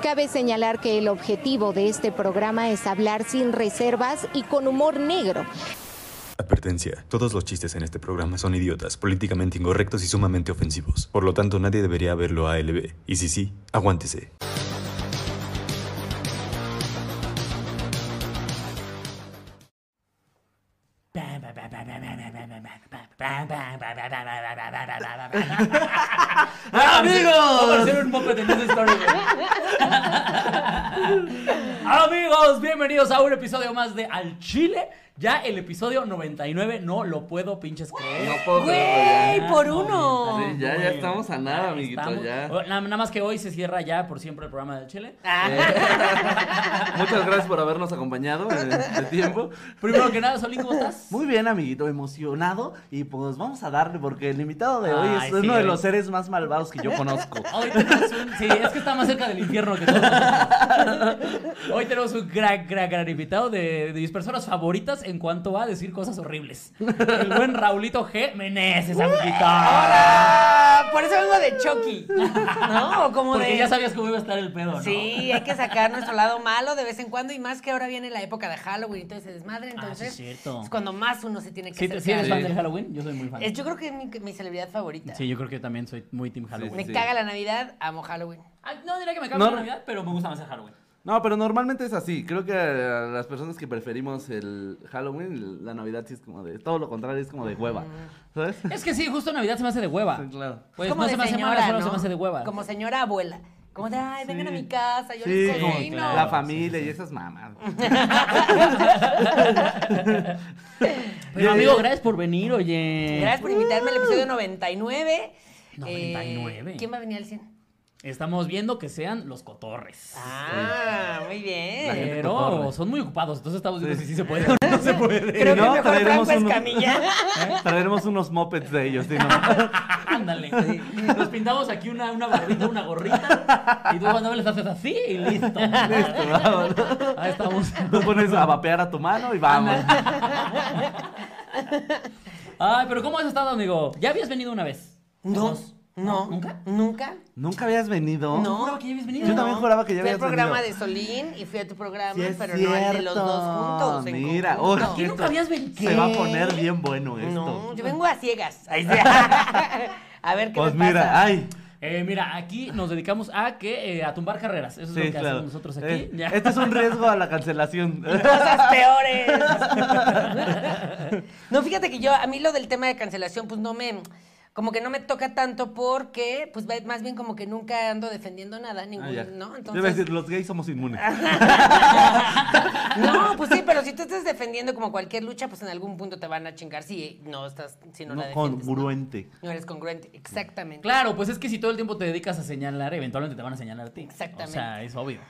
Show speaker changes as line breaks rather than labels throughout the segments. Cabe señalar que el objetivo de este programa es hablar sin reservas y con humor negro.
Advertencia. Todos los chistes en este programa son idiotas, políticamente incorrectos y sumamente ofensivos. Por lo tanto, nadie debería verlo a LB. Y si sí, aguántese.
Ah, ¡Amigos!
Va a parecer un Muppet en esa historia, güey. Amigos, bienvenidos a un episodio más de Al Chile. Ya el episodio 99, no lo puedo pinches
No
creer.
puedo creerlo
Güey, por uno.
ya. Sí, ya, ya estamos a nada, amiguito,
Estamos-
ya.
O- na- Nada más que hoy se cierra ya por siempre el programa del Chile.
Eh, Muchas gracias por habernos acompañado en este tiempo.
Primero que nada, Solín, ¿cómo estás?
Muy bien, amiguito, emocionado. Y pues vamos a darle, porque el invitado de hoy
Ay, sí,
es uno de
hoy.
los seres más malvados que yo conozco.
Hoy tenemos un... Sí, es que está más cerca del infierno que todo. Hoy tenemos un gran, gran, gran invitado de, de mis personas favoritas en cuanto a decir cosas horribles. El buen Raulito G. Meneses, amiguito.
¡Hola! Por eso vengo de Chucky. ¿No? O como
Porque
de.
ya sabías cómo iba a estar el pedo, ¿no?
Sí, hay que sacar nuestro lado malo de vez en cuando y más que ahora viene la época de Halloween y todo ese desmadre, entonces
Ah, sí, es cierto.
es cuando más uno se tiene que
¿Sí, te- sí
acercar.
eres fan del Halloween? Yo soy muy fan.
Es- Yo creo que es mi, mi celebridad favorita.
Sí, yo creo que yo también soy muy team Halloween.
Me
Sí.
caga la Navidad, amo Halloween.
Ah, No diría que me cago en
No.
Navidad, pero me gusta más el Halloween.
No, pero normalmente es así. Creo que a las personas que preferimos el Halloween, la Navidad sí es como de. Todo lo contrario, es como de hueva. ¿Sabes?
Es que sí, justo Navidad se me hace de hueva.
Sí, claro.
Pues
como
no
de
se me hace
señora,
mala, solo
¿no?
se me hace de hueva.
Como señora abuela. Como de, ay, vengan a
Sí.
mi casa, yo
Sí,
les
como
cocino.
claro.
la familia y esas mamadas.
Pero amigo, gracias por venir, oye.
Gracias por invitarme al episodio 99. Eh,
99.
¿Quién va a venir al 100?
Estamos viendo que sean los cotorres.
Ah, muy
La gente
bien.
Pero
cotorre.
son muy ocupados, entonces estamos viendo si sí se puede o no se puede.
Creo
no,
que mejor
traeremos
Franco
uno.
Escamilla.
¿Eh?
Traeremos unos mopeds de ellos, ¿sí? ¿no?
Ándale. Nos pintamos aquí una, una barbita, una gorrita. Y tú cuando les haces así y listo.
Listo, vámonos.
Ahí estamos.
Tú pones a vapear a tu mano y vamos.
Ay, pero ¿cómo has estado, amigo? Ya habías venido una vez.
No,
Dos.
no.
¿Nunca?
¿Nunca?
¿Nunca habías venido?
No.
juraba que ya habías venido.
Yo también juraba que ya
Fui al
habías
programa
venido.
de Solín y fui a tu programa,
Sí, es
pero no al de los dos
cierto.
juntos. en
Mira,
conjunto.
oye,
¿Qué nunca habías venido?
Se va a poner bien bueno esto.
No, yo vengo a ciegas. Ahí está. a ver qué
pues
me
mira,
pasa.
ay.
Eh, mira, aquí nos dedicamos a que eh, a tumbar carreras. Eso es lo
Sí,
que
claro.
hacemos nosotros aquí.
Eh,
Ya.
este es un riesgo a la cancelación.
Cosas peores. no, fíjate que yo, a mí lo del tema de cancelación, pues no me. Como que no me toca tanto porque, pues va- más bien como que nunca ando defendiendo nada, ningún,
Ah, ya.
¿no?
Debe decir, los gays somos inmunes.
No, pues sí, pero si tú estás defendiendo como cualquier lucha, pues en algún punto te van a chingar si no estás, si no, la
No,
defiendes. ¿no?
congruente.
No eres congruente, exactamente.
Claro, pues es que si todo el tiempo te dedicas a señalar, eventualmente te van a señalar a ti.
Exactamente.
O sea, es obvio.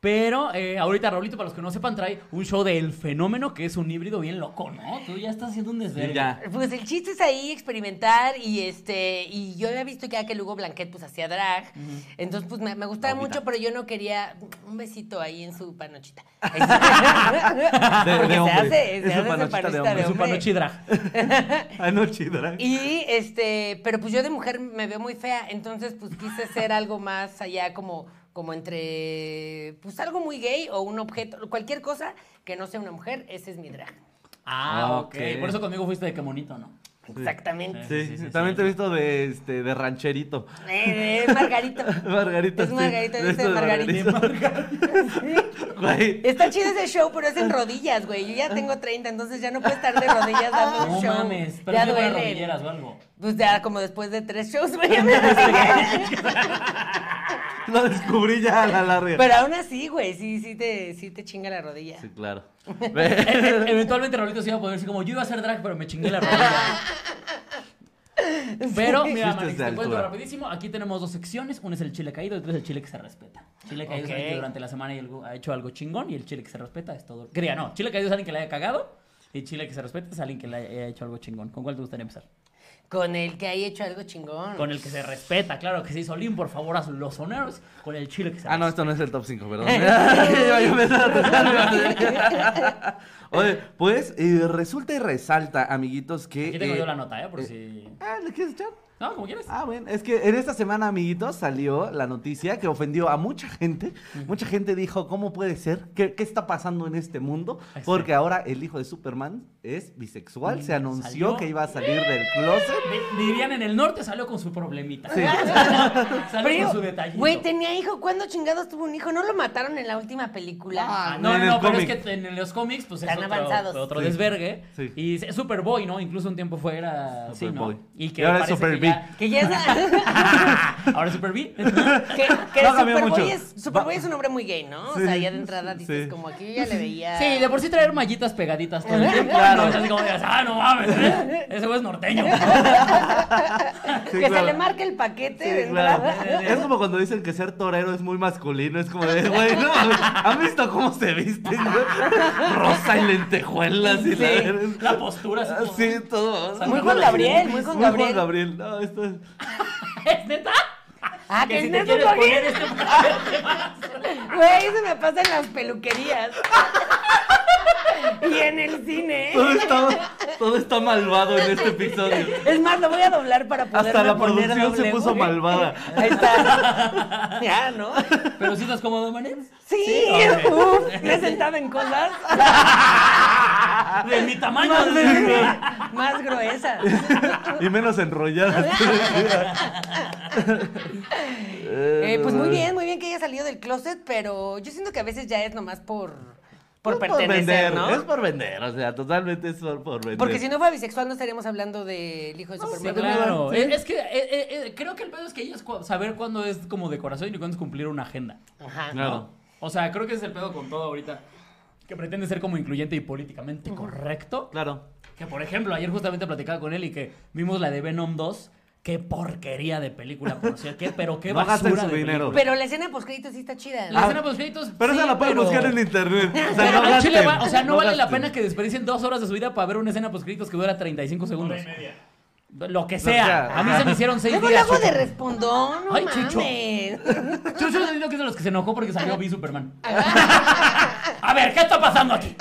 Pero eh, ahorita, Raulito, para los que no sepan, trae un show de El Fenómeno, que es un híbrido bien loco, ¿no? Tú ya estás haciendo un desvergue.
Y ya.
Pues el chiste es ahí experimentar y este y yo había visto ya que Lugo Blanquet pues hacía drag, entonces pues me, me gustaba
Agüita.
mucho, pero yo no quería un besito ahí en su panochita. Este,
De- de
Porque se
hombre.
hace,
Es
se
su
hace esa
panochita de
panochita
hombre,
de
es
Es un
hombre.
panoche drag.
Ay, Ah, no, chido, ¿eh? ¿verdad?
Y este, pero pues yo de mujer me veo muy fea, entonces pues quise ser algo más allá como como entre pues algo muy gay o un objeto, cualquier cosa que no sea una mujer, ese es mi drag.
Ah,
Ah,
ok.
ok.
Por eso conmigo fuiste de qué bonito, ¿no?
Exactamente.
Sí,
Sí,
sí, sí,
también
sí.
te he visto de, este, de rancherito.
Eh, eh, Margarito.
Margarita.
Es
sí.
Margarita,
De
dice
esto de
Margarita.
Güey,
Está chido ese show, pero es en rodillas, güey. Yo ya tengo 30, entonces ya no puedo estar de rodillas dando un
No
Ah, show.
mames. Pero
ya
sí te ponen
duele.
rodilleras o algo.
Pues ya como después de tres shows, güey.
lo descubrí ya a la larga.
pero aún así, güey, sí, sí te, sí te chinga la rodilla.
Sí, claro.
Eh, eh, Eventualmente Raulito se iba a poder decir como yo iba a hacer drag, pero me chingué la rodilla. Pero, mira,
Chistes
Manix,
de
te cuento
altura.
rapidísimo. Aquí tenemos dos secciones. Uno es el chile caído y otro es el chile que se respeta. Chile caído es alguien que
Ok.
durante la semana y algo- ha hecho algo chingón y el chile que se respeta es todo. Quería, no. Chile caído es alguien que le haya cagado y chile que se respeta es alguien que le haya hecho algo chingón. ¿Con cuál te gustaría empezar?
Con el que hay hecho algo chingón.
Con el que se respeta, claro que sí. Solín, por favor, haz los soneros con el chile que se
Ah, no,
respeta.
esto no es el top 5, perdón. Ya iba yo a empezar a tocar. Oye, pues eh, resulta y resalta, amiguitos, que.
Aquí tengo
eh,
yo la nota, ¿eh? Por si.
Ah, ¿le quieres echar?
No, como quieres.
Ah, bueno, es que en esta semana, amiguitos, salió la noticia que ofendió a mucha gente. Mucha gente dijo, ¿cómo puede ser? ¿Qué, qué está pasando en este mundo?
Ahí está.
Porque ahora el hijo de Superman es bisexual. Se
Mm,
anunció
salió.
que iba a salir del closet.
Di- Dirían en el norte salió con su problemita.
Sí.
salió
Pero,
con su detallito.
Güey, tenía hijo. ¿Cuándo chingados tuvo un hijo? ¿No lo mataron en la última película?
Ah,
No,
En
no,
el
no, pero
cómic.
es que en los cómics, pues es
Están
otro,
avanzados.
otro
Sí.
desvergue.
Sí.
Y es Superboy, ¿no? Incluso un tiempo fuera. Sí, ¿no?
Superboy.
Y que
Y ahora es
parece que ya-
Super
Que ya es...
Ahora Super B.
Que, que
No cambió mucho.
Superboy, es, Superboy
Va-
es un hombre muy gay, ¿no?
Sí,
o sea, ya de entrada dices,
sí.
como aquí yo ya le veía.
Sí, de por sí traer mallitas pegaditas todo el tiempo.
Claro.
¿no? Es así como de, ah, no mames, ¿eh? ese güey es norteño.
Sí,
que se
claro.
le marca el paquete
Sí,
de
claro.
entrada.
Es como cuando dicen que ser torero es muy masculino, es como de, güey, no, ¿han visto cómo se visten? güey? Rosa y lentejuelas y la
Sí.
verga.
La postura así como-
Sí, todo.
Muy Juan Gabriel, muy Juan Gabriel.
Gabriel. No, esto es-
¿Es neta?
Ah,
Que
que,
si
es
te
Nelson
quieres poner
Gabriel.
este
Güey, eso me pasa en las peluquerías. y en el cine.
todo, está, todo está malvado en este episodio.
Es más, lo voy a doblar para poder.
Hasta la producción se puso malvada.
Ahí está. Ya, ¿no?
¿Pero si estás cómodo, manes?
Sí,
ok.
uf, me he sentado en cosas
De mi tamaño.
más,
de-
más gruesas.
Y menos enrollada.
Eh, pues muy bien, muy bien que haya salido del closet, pero yo siento que a veces ya es nomás por, por
Es
pertenecer,
vender,
¿no?
Es por vender, o sea, totalmente es por, por vender.
Porque si no fuera bisexual no estaríamos hablando del hijo de Superman.
Sí, claro. Es, es que eh, eh, eh, creo que el pedo es que ellos cu- saber cuándo es como de corazón y cuándo es cumplir una agenda.
Ajá.
Claro.
O sea, creo que ese es el pedo con todo ahorita. Que pretende ser como incluyente y políticamente correcto.
Claro.
Que por ejemplo, ayer justamente platicaba con él y que vimos la de Venom 2. Qué porquería de película, por cierto. ¿Qué, pero qué
No gasten
basura
su
de
dinero. Ah,
película.
Pero la escena post-crédito sí está chida. ¿no?
La escena post-créditos,
Pero
sí,
esa la pueden
pero-
buscar en internet. O sea,
pero
no
al chile
gasten,
va- o sea, no, vale la
gasten.
pena que desperdicien dos horas de su vida para ver una escena post-créditos que dura 35 segundos. Lo que sea.
sea,
A mí
ajá.
se me hicieron seis
Luego
días.
luego de
Chucho.
respondón, no
Ay, Chucho.
mames.
Chucho es el único que es de los que se enojó porque salió Vi Superman. A ver, ¿qué está pasando aquí?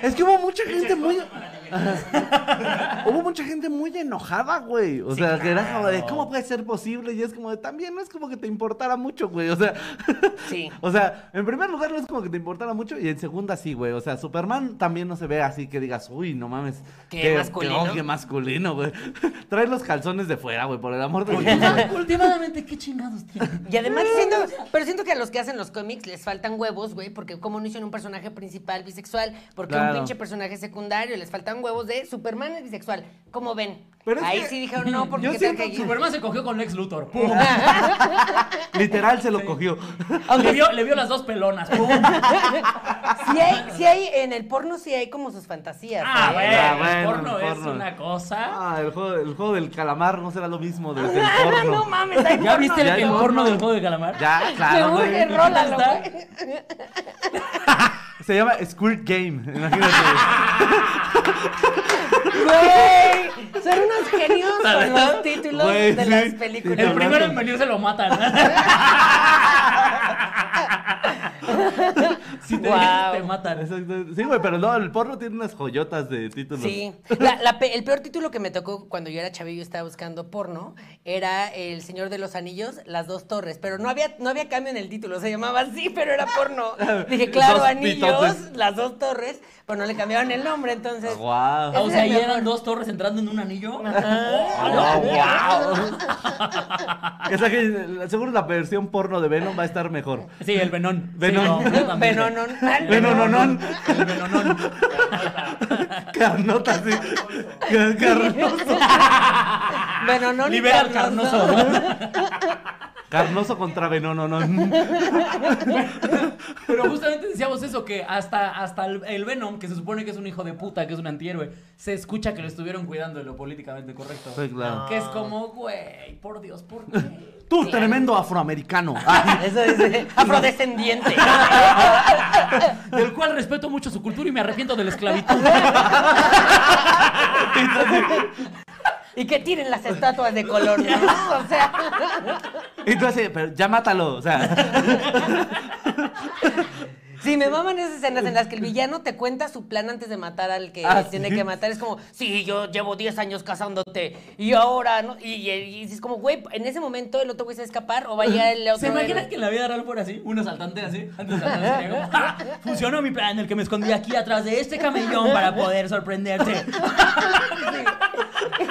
Es que hubo mucha gente muy. hubo mucha gente muy enojada, güey. O sea, que era como de, ¿cómo puede ser posible? Y es como de, también no es como que te importara mucho, güey. O sea.
Sí.
O sea, en primer lugar no es como que te importara mucho. Y en segunda sí, güey. O sea, Superman también no se ve así que digas, uy, no mames.
Qué
que-
masculino.
que- oh, qué masculino, güey. Trae los calzones de fuera, güey, por el amor de Dios. güey.
Últimamente, ¿qué chingados tienen?
Y además siento, pero siento que a los que hacen los cómics les faltan huevos, güey, porque como no hicieron un personaje principal bisexual, porque un
Claro.
pinche personaje secundario, les faltan huevos de Superman es bisexual. Como ven?
Pero es
Ahí
que-
sí dijeron no, porque
Yo
qué tal
siento
que
que
Superman se cogió con Lex Luthor. ¡Pum!
Literal se lo cogió.
Le vio, le vio las dos pelonas. ¡Pum!
Sí hay, sí hay, en el porno sí hay como sus fantasías.
Ah,
¿eh?
bueno,
Ah,
el
bueno,
porno
el
es
porno.
una cosa.
Ah, el juego, el juego del calamar no será lo mismo del, del
Ah,
porno.
no mames, hay
¿Ya
porno
viste
de
el, el
todo.
porno del juego de calamar?
Ya,
Me
claro, güey.
urge, rólalo,
Está-
güey.
Se llama Squirt Game, imagínate.
Güey, son unos genios con los títulos
Güey,
de
sí.
las películas.
Sí,
El
no,
primero
no.
en venir se lo matan. Si te dicen, te matan.
Exacto. Sí, güey, pero no, el porno tiene unas joyotas de títulos.
Sí, La- la pe- el peor título que me tocó cuando yo era chavillo y estaba buscando porno era El Señor de los Anillos, Las Dos Torres, pero no había, no había cambio en el título, se llamaba así, pero era porno. Dije, claro,
Dos
Anillos,
pitotes.
Las Dos Torres, pero no le cambiaron el nombre, entonces...
Guau.
Ah, O sea, ahí eran dos torres entrando en un anillo.
Ah, guau. Esa que la- seguro la versión porno de Venom va a estar mejor.
Sí, el Venón.
Venón.
Venonón.
El
Venononón.
El Venonón.
Carnota, sí. Car- Carnoso.
Venonón y
Libera al
Carnoso.
carnoso.
Carnoso contra Venom, no,
Pero justamente decíamos eso, que hasta, hasta el, el Venom, que se supone que es un hijo de puta, que es un antihéroe, se escucha que lo estuvieron cuidando de lo políticamente correcto.
Sí, claro.
Que es como, güey, por Dios, ¿por qué?
Tú, tremendo afroamericano. Ah,
Eso es eh, afrodescendiente.
Del cual respeto mucho su cultura y me arrepiento de la esclavitud.
y que tiren las estatuas de color, ¿no? O sea...
Y tú así, pero ya mátalo. O sea,
Sí, me maman esas escenas en las que el villano te cuenta su plan antes de matar al que
Ah,
tiene
sí.
que matar. Es como, sí, yo llevo 10 años casándote y ahora, ¿no? Y, y- y es como, güey, en ese momento el otro güey se va a escapar o vaya el otro.
¿Se imaginan
héroe.
que en la vida real fuera así? Un asaltante así, antes de asaltar, sería como, "Ja, ¡Ah! Funcionó mi plan, el que me escondí aquí atrás de este camellón para poder sorprenderte.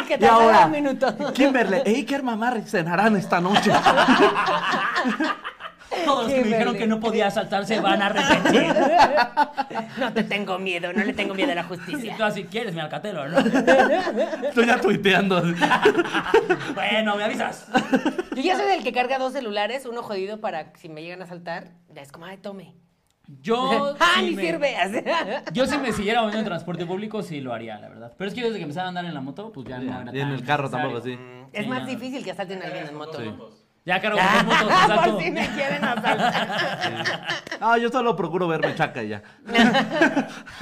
que
Y
te ahora?
ahora,
un minuto.
Kimberly e Iker Mamá cenarán esta noche.
Todos los que me dijeron que no podía asaltar se van a arrepentir.
No te tengo miedo, no le tengo miedo a la
Y
justicia.
tú así quieres, mi alcatelo, ¿no?
Estoy ya tuiteando.
Bueno, me avisas.
Yo ya soy del que carga dos celulares, uno jodido para si me llegan a saltar, ya es como, ay, tome.
Yo.
¡Ah,
sí
ni
me-
sirve! Así.
Yo si me siguiera moviendo en transporte público, sí lo haría, la verdad. Pero es que yo desde que empezaba a andar en la moto, pues ya no era
Y en
tan
el carro
necesario.
tampoco, sí.
Es
Sí,
más
no.
difícil que asalten a alguien en moto. ¿no?
Ya cargo con dos motos,
Ah,
exacto.
Por si me quieren asaltar.
Ah, yo solo procuro verme chaca y ya.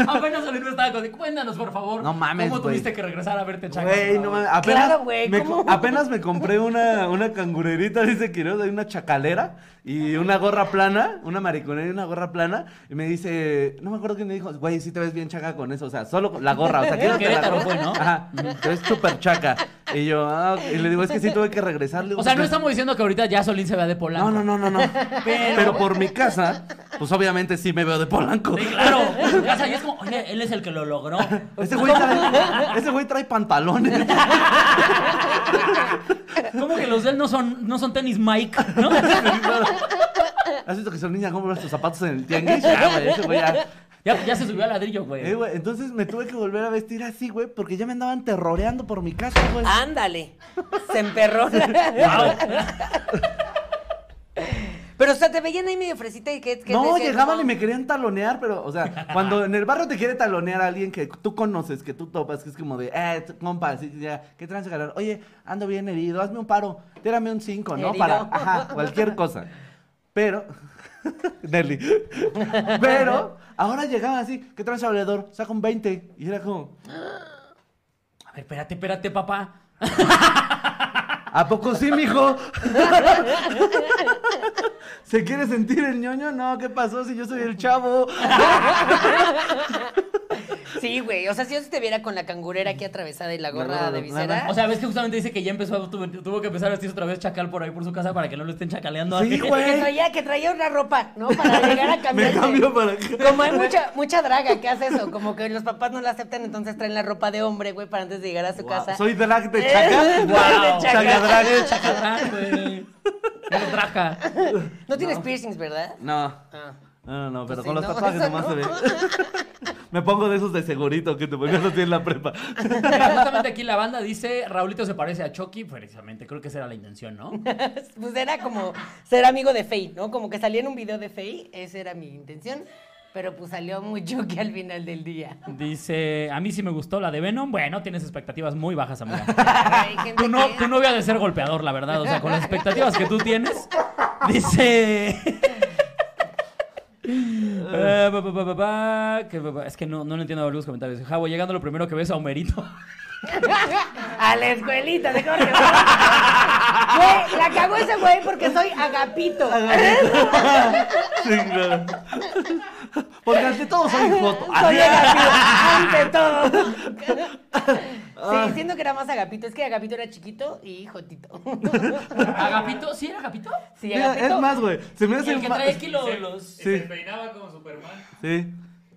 Apenas Solín me estaba con... Cuéntanos, por favor.
No mames,
¿Cómo
güey.
tuviste que regresar a verte, Chaco?
Güey, no mames. Apenas,
Claro, güey,
me,
¿cómo?
co- apenas me compré una, una cangurerita, dice Quiroz, hay una chacalera y una gorra plana, una mariconera y una gorra plana. Y me dice, no me acuerdo quién me dijo, güey, sí te ves bien chaca con eso, o sea, solo con la gorra, o sea, quiero la
Querétaro
gorra.
fue, ¿no?
Ajá, te ves súper chaca. Y yo, ah, ok. y le digo, es que sí tuve que regresar. le digo,
O sea, no
"Pero-
estamos diciendo que ahorita ya Solín se vea de polanco.
No, no, no, no, no. Pero... por mi casa, pues obviamente sí me veo de polanco.
Sí, claro. En su casa y es como, oye, él es el que lo logró.
Ese güey, trae, ese güey trae pantalones.
¿Cómo que los de él no son, no son tenis Mike, no?
¿Has visto que son niña compra tus zapatos en el tianguis? Ya, güey, ese güey ya-
Ya, ya se subió al ladrillo,
Eh,
güey.
güey, entonces me tuve que volver a vestir así, güey, porque ya me andaban terroreando por mi casa, güey.
Ah, Ándale. Se emperró. Pero, o sea, te veían ahí medio fresita y que. que
no,
decían,
llegaban
no.
y me querían talonear, pero, o sea, cuando en el barrio te quiere talonear a alguien que tú conoces, que tú topas, que es como de, eh, t- compa, así, ya, ¿qué trans ganar? Oye, ando bien herido, hazme un paro, tírame un cinco, ¿no?
Herido.
Para, ajá, cualquier cosa. Pero, Nelly, pero, ahora llegaban así, ¿qué trans hablador? Saca un 20. Y era como,
A ver, espérate, espérate, papá.
¿A poco sí, mijo? ¿Se quiere sentir el ñoño? No, ¿qué pasó si yo soy el chavo?
Sí, güey. O sea, si yo sí te viera con la cangurera aquí atravesada y la gorra
gorra
de
de-
visera.
O sea, ves que justamente dice que ya empezó, tuvo, tuvo que empezar a vestirse otra vez chacal por ahí por su casa para que no lo estén chacaleando.
Sí, güey.
que traía, que traía una ropa, ¿no? Para llegar a cambiar.
Me cambio para acá.
Como hay mucha, mucha draga que hace eso, como que los papás no la aceptan, entonces traen la ropa de hombre, güey, para antes de llegar a su casa.
Soy drag de chaca.
Guau.
Wow.
Chaca drag.
Chacal, güey. Ya lo traja.
No tienes piercings, ¿verdad?
No.
Ah.
No, no, no, pero
Pues
con
sí,
los
no,
tatuajes
eso
nomás
no.
se ve. Me pongo de esos de segurito que te ponías así en la prepa.
Mira, justamente aquí la banda dice, Raulito se parece a Chucky, precisamente, creo que esa era la intención, ¿no?
Pues era como ser amigo de Faye, ¿no? Como que salía en un video de Faye, esa era mi intención, pero pues salió muy que al final del día.
Dice, a mí sí me gustó la de Venom. Bueno, tienes expectativas muy bajas, amiga.
Hay gente
Tu, no,
que-
tu novio ha de ser golpeador, la verdad. O sea, con las expectativas que tú tienes. Dice... Eh, pa, pa, pa, pa, pa, que, pa, pa, es que no, no le entiendo a los comentarios. Javo, llegando lo primero que ves a Homerito.
A la escuelita de Jorge. Güey, la cagó ese güey porque soy agapito.
Sí, claro. Porque ante todo soy foto.
Soy agapito, ante todo. Sí, siento que era más agapito. Es que agapito era chiquito y jotito.
¿Agapito? ¿Sí era Agapito?
Sí,
Mira,
agapito.
es más, güey. Se me hace
El que
más.
trae kilos. Los...
Sí. Se peinaba como Superman. Sí.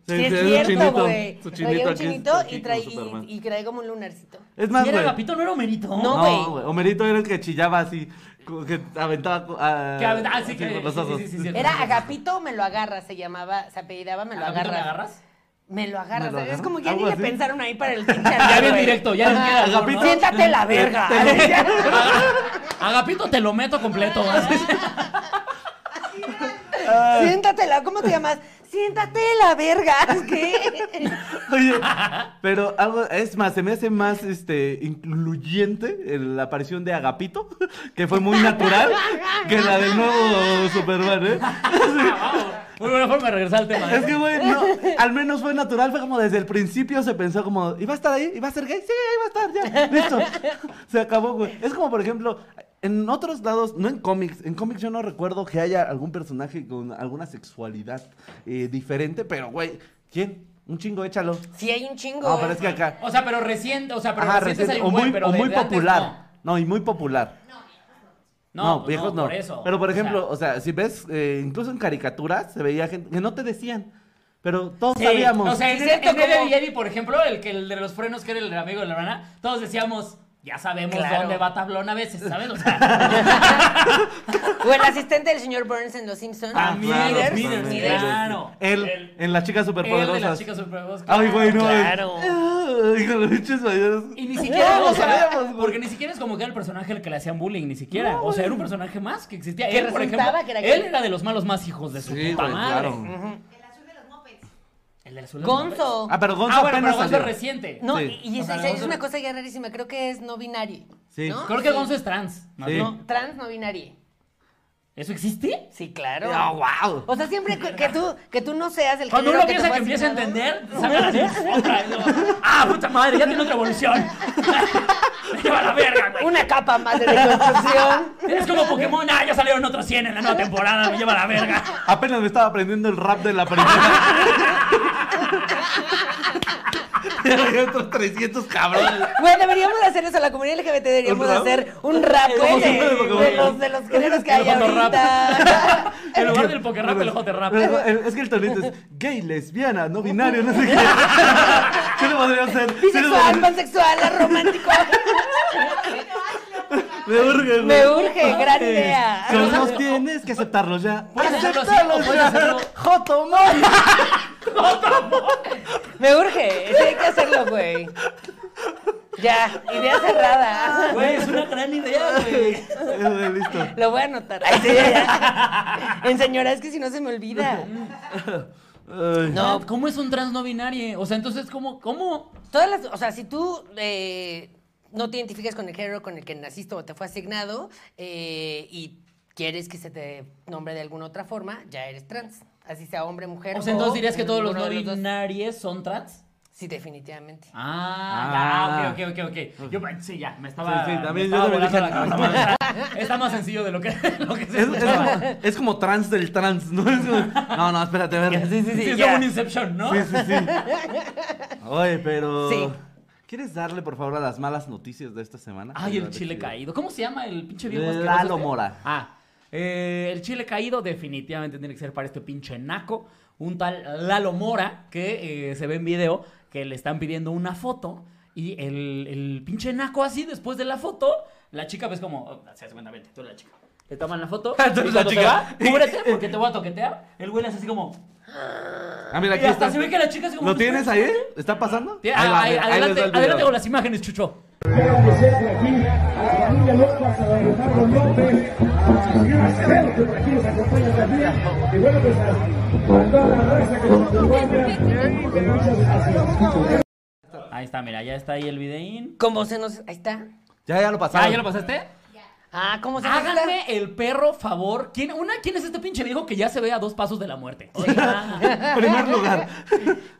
Sí,
sí,
es
un
cierto,
chinito,
güey.
su
Traía un
aquí,
chinito
aquí
y,
como
traía,
Superman.
y, y traía como un lunarcito.
Es más,
¿Sí era
güey.
Agapito? ¿No era Homerito?
No,
No,
güey.
güey. Homerito era el que chillaba así, como que aventaba. co- ah,
Que aventaba- ah, sí, que-
con los
sí, sí,
ojos.
sí, sí, cierto.
Era Agapito me lo agarra, se llamaba, se apellidaba me lo
¿Agapito
agarra.
me agarras?
Me lo agarra.
¿Me lo
o sea, Es
agarra?
como que ya
Algo
ni le
así.
pensaron ahí para el pinche
Ya
albur,
bien
güey.
directo, ya les
Ajá.
queda el albur,
Agapito. Este,
¿no?
Siéntate la verga.
Agapito te lo meto completo.
este, ah.
Siéntate la, ¿cómo te llamas? Siéntate la verga. ¿Qué?
Oye, pero algo, es más, se me hace más este incluyente el- la aparición de Agapito, que fue muy natural, que la del nuevo Superman, ¿eh?
Muy buena forma de regresar al tema. ¿eh?
Es que, güey, no, al menos fue natural, fue como desde el principio se pensó como, ¿iba a estar ahí? ¿Iba a ser gay? Sí, ahí va a estar, ya, listo. Se acabó, güey. Es como, por ejemplo, en otros lados, no en cómics, en cómics yo no recuerdo que haya algún personaje con alguna sexualidad eh, diferente, pero güey, ¿quién? Un chingo, échalo.
Sí, hay un chingo.
Ah, pero es que acá.
O sea, pero recién, o sea, pero
Ajá,
recientes
reciente,
hay
o
un buen,
muy,
pero
o
de-
muy
de antes
popular. No, y muy popular.
No,
No,
pues
viejos no.
por eso.
Pero por
O sea,
ejemplo, o sea, si ves, eh, incluso en caricaturas se veía gente que no te decían, pero todos
Sí,
sabíamos.
O sea, en,
Sí,
en,
cierto,
en Eddie
como-
y Eddie, por ejemplo, el que el de los frenos que era el amigo de la rana, todos decíamos, ya sabemos
Claro.
dónde va Tablón a veces, ¿sabes? O sea,
O el asistente del señor Burns en Los Simpsons.
también
Ah, claro,
los
totalmente.
Smithers, claro.
él, en las chicas
el de las
superpoderosas.
chicas superpoderosas.
Ay, güey, no.
Claro.
Ah, Hijo de los pinches mayores.
Y ni siquiera,
No,
o sea,
sabíamos, güey.
porque ni siquiera es como que era el personaje al que le hacían bullying, ni siquiera. o sea, era un personaje más que existía.
Que
él, por
resultaba
ejemplo,
que era
él
gay.
era de los malos más hijos de su
Sí,
puta
güey,
madre.
claro.
El de la azul.
Gonzo.
Ah, pero Gonzo
Ah, bueno,
apenas
pero Gonzo es
salió.
reciente.
No,
Sí.
y, y
O
es,
sea,
es-
Gonzo
es
no-
una cosa ya rarísima. Creo que es no binario.
Sí.
¿no?
Creo que
Sí.
Gonzo es trans. más
Sí.
bien.
No, trans no binario.
¿Eso existe?
Sí, claro.
Ah, wow.
O sea, siempre que, que tú, que tú no seas el
Cuando
género
uno
te
piensa
fue
que empieza a
asignado.
entender, ¿sabes? Así, otra vez, ¿no? ¡Ah, puta madre! Ya tiene otra evolución. Me lleva la verga, güey.
Una capa más de reconstrucción.
Es como Pokémon, ah, ya salieron otros 100 en la nueva temporada, me lleva la verga.
Apenas me estaba aprendiendo el rap de la primera. Hay otros 300 cabrones.
Güey, deberíamos de hacer eso. La comunidad LGBT deberíamos
¿Un
de
rap?
hacer un rap, güey,
siempre de
de,
Pokémon.
de los, de los géneros que hay
El jotorrap.
ahorita.
En lugar del Pokérap, el Joterrap.
Pero, eh, Es que el tonito es gay, lesbiana, no binario, no sé qué. ¿Qué le podría hacer? Sí le
Bisexual,
podría-
pansexual, aromántico.
Me urge, güey.
Me urge, gran idea.
Pero no tienes que aceptarlo ya.
Puedes hacerlo así, o
¡Acéptalo
puedes hacerlo-
ya! ¡Jotomón!
Me urge. Sí, hay que hacerlo, güey. Ya, idea cerrada.
Güey, es una gran idea, güey.
Eso de listo.
Lo voy a anotar. Ay, sí, ya, ya. En señora, es que si no se me olvida.
Ay.
No, ¿cómo es un trans no binario? O sea, entonces, ¿cómo? ¿Cómo?
Todas las, o sea, si tú eh, no te identificas con el género con el que naciste o te fue asignado eh, y quieres que se te nombre de alguna otra forma, ya eres trans. Así sea hombre, mujer.
O sea, entonces dirías que todos los
ninguno
no
de dos.
binarios son trans.
Sí, definitivamente.
Ah,
Ah.
ya, ok, ok, ok, ok. Yo, sí, ya, me estaba.
Sí, sí, también
me estaba
yo
volando
también dije-
la cabeza. Está más sencillo de lo que, lo que se
Es, es
escuchaba.
como, es como trans del trans, ¿no? Es como- no, no, espérate, a ver. Sí, sí,
Sí,
sí.
es
ya.
como un Inception, ¿no?
Sí, sí, sí. Oye, pero.
Sí.
¿Quieres darle, por favor, a las malas noticias de esta semana?
Ay, el chile caído. ¿Cómo se llama el pinche viejo?
Lalo
asqueroso este?
Mora.
Ah, eh, el chile caído definitivamente tiene que ser para este pinche naco. Un tal Lalo Mora que eh, se ve en video que le están pidiendo una foto y el, el pinche naco así, después de la foto, la chica ves como, oh, se hace cuenta, vente, tú eres la chica. Te toman la foto.
Tú
y
eres la
cuando te
chica.
va, cúbrete porque te voy a toquetear. El güey le hace así como.
Ah, mira,
Y
aquí
hasta
está.
se ve que la chica hace como.
¿Lo tienes ahí? ¿Está pasando?
Tien-
Ahí va,
ah, ahí-
mira, ahí les
adelante,
va el video.
adelante con las imágenes, Chucho.
Quiero agradecer por aquí a la familia López, a don Ricardo López, a Silvia Acevedo, que por aquí nos acompaña también, y bueno, pues a, a toda la raza que nos acompaña, que muchas gracias.
Ahí está, mira, ya está ahí el videín.
¿Cómo se nos.? Ahí está.
Ya, ya lo pasaron.
Ah, ¿ya lo pasaste?
Ah, ¿cómo se nos
Háganme el perro favor. ¿Quién, una, ¿quién es este pinche viejo que ya se ve a dos pasos de la muerte? O sea,
Primer lugar.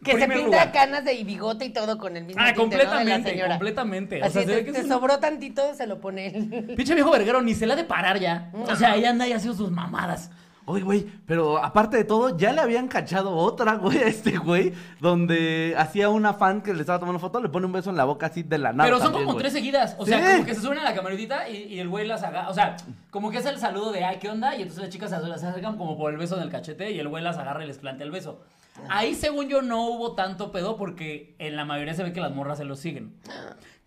Que se
primer
pinta
lugar.
canas de y bigote y todo con el mismo.
Ah,
tinte, ¿no? de la
completamente,
señora.
completamente. O
Así
sea, se
te,
ve que
te
es un
sobró tantito, se lo pone él.
pinche viejo verguero, ni se le ha de parar ya. O sea, ya nadie ha sido sus mamadas.
Oye, güey, pero aparte de todo, ya le habían cachado otra, güey, a este güey, donde hacía una fan que le estaba tomando foto, le pone un beso en la boca así de la nada.
Pero son
también,
como
güey.
tres seguidas. O sea,
Sí.
como que se suben a la camionetita y, y el güey las agarra. O sea, como que es el saludo de ay, ¿qué onda? Y entonces las chicas se se acercan como por el beso en el cachete y el güey las agarra y les plantea el beso. Ahí, según yo, no hubo tanto pedo porque en la mayoría se ve que las morras se lo siguen.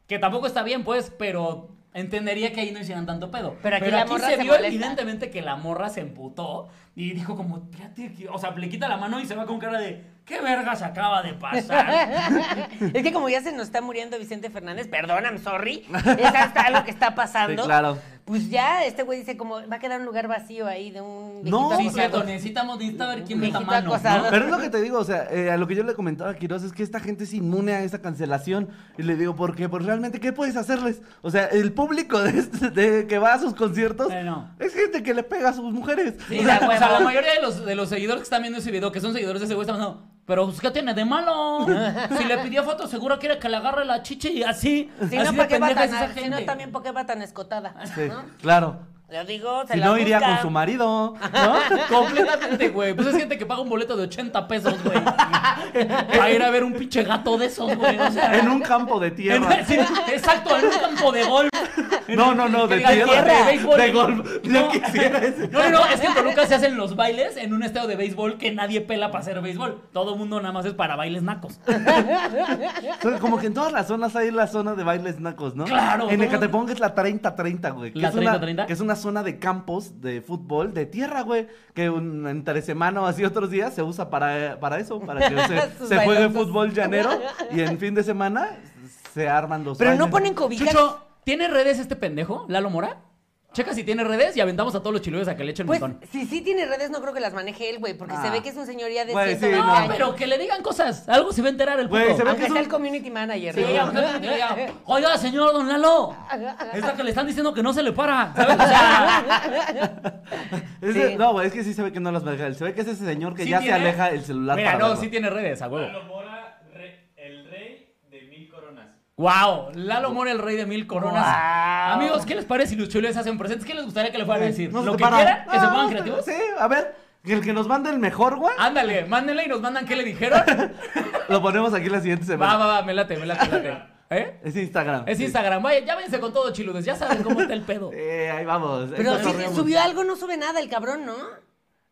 Que tampoco está bien, pues, pero entendería que ahí no hicieran tanto pedo.
Pero aquí la morra
se,
se
vio
molesta.
evidentemente que la morra se emputó y dijo como, espérate, que-". o sea, le quita la mano y se va con cara de, ¿qué vergas acaba de pasar?
es que como ya se nos está muriendo Vicente Fernández, perdón, I'm sorry, es hasta algo que está pasando.
Sí, claro.
Pues ya, este güey dice como, va a quedar un lugar vacío ahí de un viejito
No,
Sí,
acosado.
cierto, necesitamos necesita ver quién meta
Viejito
mano.
acosado.
¿no?
Pero es lo que te digo, o sea, eh, a lo que yo le comentaba a Quiroz es que esta gente es inmune a esa cancelación. Y le digo, porque pues realmente, ¿qué puedes hacerles? O sea, el público de este- de- que va a sus conciertos
Bueno.
es gente que le pega a sus mujeres.
Sí,
O
la,
sea,
o sea, la mayoría de los, de los seguidores que están viendo ese video, que son seguidores de ese güey, están pensando, Pero, pues, ¿qué tiene de malo? Si le pidió foto, seguro quiere que le agarre la chiche y así.
Si
así
no,
de
¿por qué va
pendeja
tan,
es esa
si no,
gente.
también, ¿por qué va tan escotada?
Sí,
¿No?
claro.
Yo digo, se
Si
la
no, iría
busca.
con su marido, ¿no?
Completamente, güey. Pues es gente que paga un boleto de 80 pesos, güey. Para ir a ver un pinche gato de esos, güey. O sea,
En un campo de
en-
tierra.
sí, exacto, en un campo de golf.
No, no, no, de
En la
tierra.
tierra.
De, de golf. Yo
No.
quisiera ese.
No, no, no, es que en Toluca se hacen los bailes en un estadio de béisbol que nadie pela para hacer béisbol. Todo mundo nada más es para bailes nacos.
Entonces, como que en todas las zonas hay la zona de bailes nacos, ¿no?
Claro,
En
¿no?
Ecatepong es la 30-30, güey. que
¿La
es una-
30-30?
Que es una zona de campos de fútbol de tierra, güey. Que un, entre semana o así otros días se usa para, para eso, para que se,
Sus
se juegue
bailotas.
fútbol llanero y en fin de semana se arman los
Pero no
bailes.
ponen cobijas.
Chucho, ¿tiene redes este pendejo, Lalo Mora? Checa si tiene redes y aventamos a todos los chiludes a que le echen
Pues,
montón.
si sí tiene redes, no creo que las maneje él, güey, porque se
Ah.
ve que es un señor ya de
Güey,
120
sí, no.
No,
años.
pero que le digan cosas. Algo se va a enterar el puto.
Güey, se ve que
Aunque
es
sea
un-
el community manager.
Sí,
¿no?
aunque alguien te diga, Oiga, señor Don Lalo, es la que le están diciendo que no se le para. ¿sabes? O sea,
Es
Sí.
de- No, güey, es que sí se ve que no las maneja él. Se ve que es ese señor que
¿sí
ya
tiene?
se aleja el celular
Mira,
para
no,
verlo.
sí tiene redes, a huevo.
Lalo Mora, re- el rey de mil coronas.
Wow, Lalo Mora el rey de mil coronas.
Guau.
Amigos, ¿qué les parece si los chulos hacen presentes? ¿Qué les gustaría que le fueran a decir?
No se
Lo
te
que
para.
quieran, que se
Ah,
pongan
no se-
creativos.
Sí, a ver, que el que nos mande el mejor, güey,
Ándale, mándenle y nos mandan qué le dijeron.
lo ponemos aquí la siguiente
va,
semana.
va, va, me late, me late, me late. ¿Eh?
Es Instagram.
Es
Sí.
Instagram, vaya, ya váyanse con todo, chiludes, ya saben cómo está el pedo.
Eh, ahí vamos. ahí
Pero si
cotorreamos.
subió algo, no sube nada el cabrón, ¿no?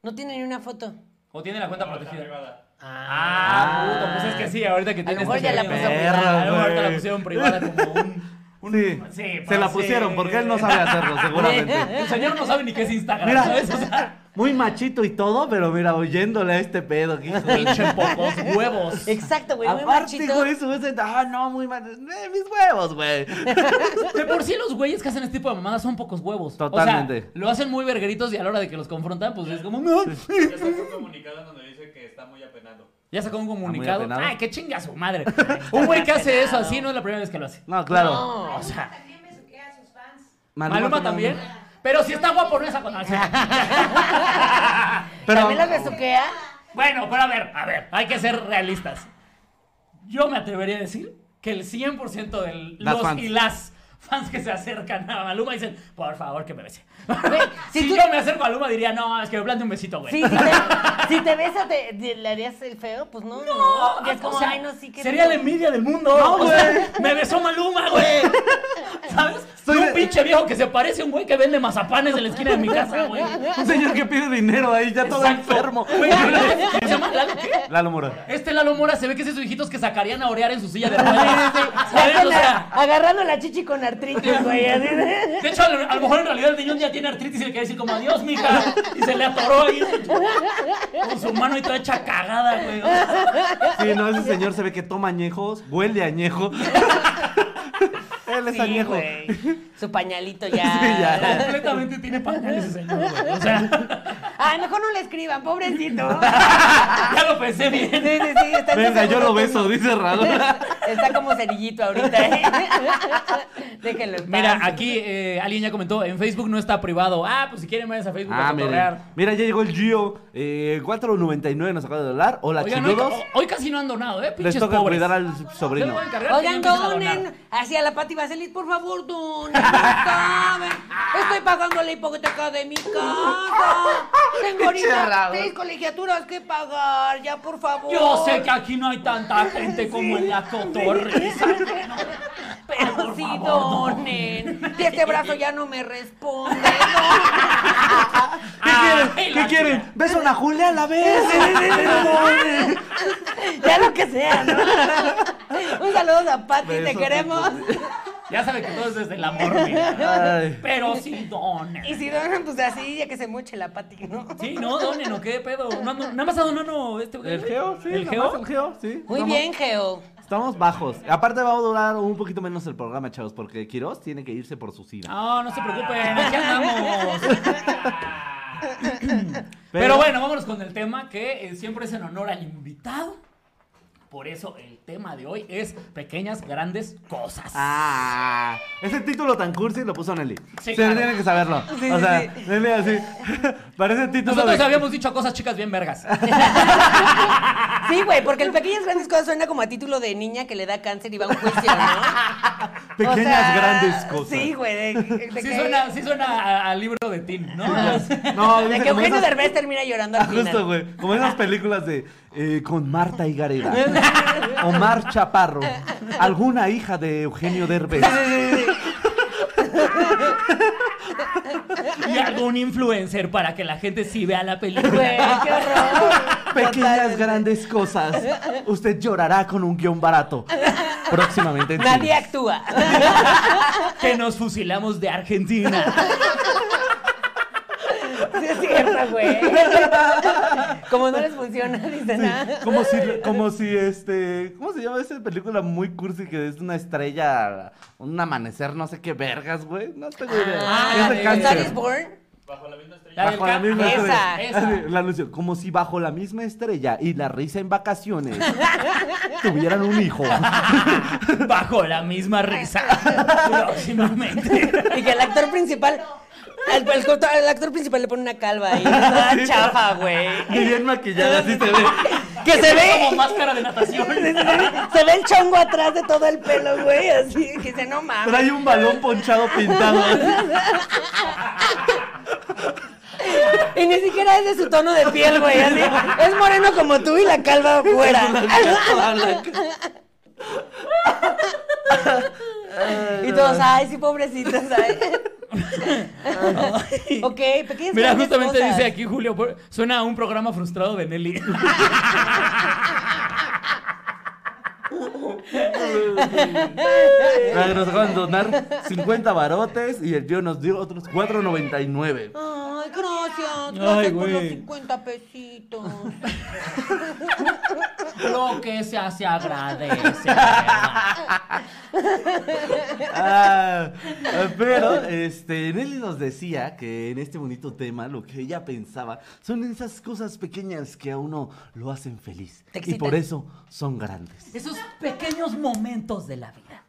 No tiene ni una foto.
O tiene la cuenta protegida.
Privada.
Ah, puto, pues es que sí, ahorita que
A
tiene
lo mejor
este
ya la
pedo.
puso
Perro,
privada.
A lo mejor ahorita la
güey.
pusieron privada como un...
Sí.
Sí,
se
pues,
la
sí.
pusieron porque él no sabe hacerlo, seguramente.
El señor no sabe ni qué es Instagram,
Mira.
¿sabes? O sea,
Muy machito y todo, pero mira, oyéndole a este pedo. Que hijo de-
pinche pocos huevos.
Exacto, güey, muy
Aparte,
machito.
güey, su ese- Ah, no, muy mal. eh, mis huevos, güey.
De por sí los güeyes que hacen este tipo de mamadas son pocos huevos. O sea,
Totalmente.
lo hacen muy vergueritos y a la hora de que los confrontan, pues es como, no.
Ya sacó un comunicado donde dice que está muy apenado.
Ya sacó un comunicado.
apenado.
Ay, qué chinga su madre. Un güey que hace eso así no es la primera vez que lo hace.
No, claro.
No.
O sea,
Maluma
Maluma también. Pero si está guapo, no es acon- o sea.
Pero-
¿También la besuquea?
Bueno, pero a ver, a ver, hay que ser realistas. Yo me atrevería a decir que el 100% de
Las
los
fans.
y las fans que se acercan a Maluma dicen, por favor, que me bese. si
si tú-
yo me acerco a Maluma diría, no, es que me plante un besito, güey.
Sí, si te, si te besa, te, te- ¿le harías el feo? Pues no, no. Ya es como,
o sea,
ay, no, sí que...
Sería la envidia del mundo.
No,
O sea, me besó Maluma, güey. ¿Sabes? Soy un
Soy de-
pinche viejo que se parece a un güey que vende mazapanes en la esquina de mi casa, güey.
Un señor que pide dinero ahí, ya todo
Exacto.
enfermo.
Güey, ¿qué ¿Se llama Lalo qué?
Lalo Mora.
Este Lalo Mora se ve que es de esos viejitos que sacarían a orear en su silla de ruedas. ¿Sabes?
Sacan
O
a-
sea,
agarrando la chichi con artritis, güey. así de-
de hecho, a lo a lo mejor en realidad el niño un día tiene artritis y le quiere decir como adiós, mija. Y se le atoró ahí con su mano y toda hecha cagada, güey. O sea,
Sí, no, ese señor se ve que toma añejos, huele a añejo. Él es
Sí,
añejo.
güey. Su pañalito
Sí,
ya.
ya.
Completamente tiene pañales ese señor, güey. O sea,
Ay, mejor no le escriban, pobrecito.
ya lo pensé
Sí,
bien.
sí, sí, está en su
Venga, yo
segundo
lo beso,
turno.
dice Ah, Raúl.
Está como cerillito ahorita, ¿eh? Déjenlo en paz.
Mira, aquí eh, alguien ya comentó, en Facebook no está privado. Ah, pues si quieren vayan a Facebook a
Ah,
cotorrear.
mira. Mira, ya llegó el Gio. Eh, 4.99 nos acaba de hablar. Hola,
Oigan, hoy,
chiludos.
hoy casi no han donado, ¿eh?
Les
Pinches
toca
pobres.
cuidar al
Yo le
sobrino.
voy a encargar que ya
Oigan,
empiecen a donar.
donen hacia la Pati Vaselis, por favor, donen. no saben. Estoy pagando la hipoteca de mi casa. Tengo ahorita seis colegiaturas que pagar, ya, por favor.
Yo sé que aquí no hay tanta gente como en la cotorriza.
Pero sí donen. Y este brazo ya no me responde.
Ah,
¿Qué quieren? ¿Qué quieren? ¿Beso a una Julia a la vez?
no. Ya lo que sea, ¿no? Un saludo a Pati, te
Beso,
queremos.
Ya saben que todo es desde el amor, mira.
Ay.
Pero sí donen.
Y si donan, pues así, ya que se moche la Pati, ¿no?
Sí, no, donen, ¿o qué pedo? No, no, nada más a donano este güey.
El Geo, sí.
¿El
nomás
Geo?
El Geo, sí.
Muy
Nomás-
bien, Geo.
Estamos bajos. Aparte va a durar un poquito menos el programa, chavos, porque Quiroz tiene que irse por su sida.
No, no se preocupen, aquí andamos. Pero bueno, vámonos con el tema que eh, siempre es en honor al invitado. Por eso el tema de hoy es pequeñas, grandes cosas.
Ah, ese título tan cursi lo puso Nelly.
Sí,
Sí,
claro.
tiene que saberlo.
Sí,
o
sí,
sea,
sí.
Nelly así. Parece título
Nosotros
de-
habíamos dicho cosas chicas bien vergas.
Sí, güey, porque el Pequeñas Grandes Cosas suena como a título de niña que le da cáncer y va a un juicio, ¿no?
Pequeñas
O sea,
Grandes Cosas.
Sí, güey. de- de
Sí
que-
suena, sí suena a, a libro de Tim, ¿no?
No,
De
dice
que
como
Eugenio
esas-
Derbez termina llorando
Ah,
al final.
Justo, güey. Como esas películas de eh, con Marta y Gareda. Omar Chaparro. Alguna hija de Eugenio Derbez.
Y algún influencer para que la gente sí vea la
Güey,
película.
qué horror.
Pequeñas
Totalmente.
grandes cosas. Usted llorará con un guión barato. Próximamente. en
Nadie
cines.
actúa.
Que nos fusilamos de Argentina.
Sí, es cierto, güey. Como no les funciona, dicen "Ah".
Sí,
nada.
como si, como si este, ¿cómo se llama esa película muy cursi que es una estrella, un amanecer, no sé qué vergas, güey? No tengo idea.
Ah,
Es de
de-
Star
cáncer.
is Born.
Bajo la misma estrella.
La del
Bajo la
ca-
misma
Esa,
estrella.
esa.
Así, La anunció, como si bajo la misma estrella y la risa en vacaciones tuvieran un hijo.
Bajo la misma risa. Próximamente.
Y que el actor principal. El, el- el actor principal le pone una calva ahí. Toda chafa, güey.
Y bien maquillada, así se ve.
Que se ve.
Como máscara de natación.
Se ve el chongo atrás de todo el pelo, güey. Así que dice, no mames.
Trae un balón ponchado pintado.
Y ni siquiera es de su tono de piel, güey. Así es moreno como tú y la calva fuera.
Ah,
Y todos, ay, sí, pobrecitos, ay. ok, pequeñas
Mira,
grandes
justamente
cosas.
dice aquí Julio, por- suena a un programa frustrado de Nelly.
Ah, Nos acaban de donar 50 barotes y el tío nos dio otros 4.99.
Ay, gracias,
Ay,
gracias por
güey.
los 50 pesitos.
Lo que se hace agradece.
Ah, pero este Nelly nos decía que en este bonito tema lo que ella pensaba son esas cosas pequeñas que a uno lo hacen feliz
Te
y
excitan.
por eso son grandes.
Esos pequeños momentos de la vida.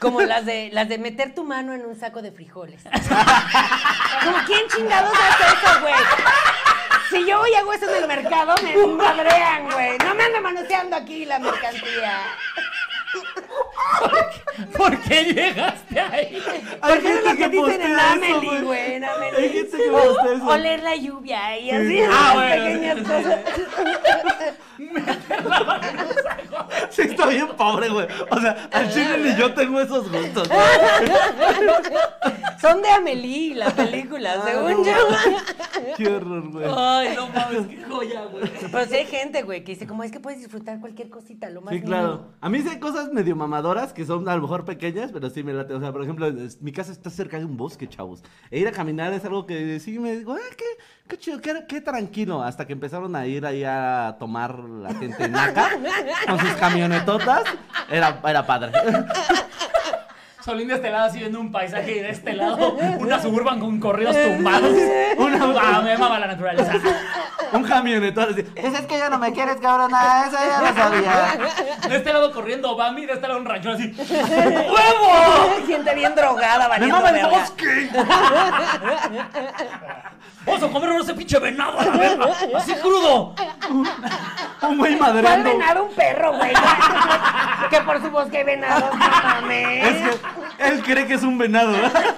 Como las de, las de meter tu mano en un saco de frijoles. Como, ¿quién chingados hace eso, güey? Si yo hoy hago eso en el mercado, me madrean, güey. No me ando manoseando aquí la mercancía.
¿Por qué llegaste ahí?
Hay
Porque es lo que dicen en
postea eso,
Amelie, güey, en Amelie.
Hay gente que postea eso.
Oler la lluvia y así,
Ah,
esas
bueno.
pequeñas cosas.
Sí, está bien pobre, güey. O sea, al chile ni yo tengo esos gustos. güey.
Son de Amelie, la película,
Ah,
según yo.
Qué horror, güey.
Ay, no mames, qué joya, güey.
Pero sí hay gente, güey, que dice, como es que puedes disfrutar cualquier cosita, lo más
Sí, claro. A mí sí hay cosas medio mamadoras que son a lo mejor pequeñas, pero sí me late. O sea, por ejemplo, es- mi casa está cerca de un bosque, chavos. E ir a caminar es algo que sí me digo, ah, qué, qué chido, qué, qué tranquilo. Hasta que empezaron a ir ahí a tomar la gente naca con sus camionetotas. Era, era padre.
Solín de este lado así viendo un paisaje y de este lado una suburban con corridos tumbados. Una ah, me mama la naturaleza.
Un camionetón así. Pues es que ya no me quieres, cabrón. Ah, eso ya lo sabía.
De este lado corriendo Bambi, de este lado un rancho así.
¡Huevo! Gente bien drogada,
¡Me
valiendo
mama el
verga.
bosque!
Vamos a comer ese pinche venado a la verga. Así crudo.
Un güey
¿Cuál
madreando.
venado? Un perro, güey. que por su bosque hay venado, no mames.
Es que él cree que es un venado, ¿verdad?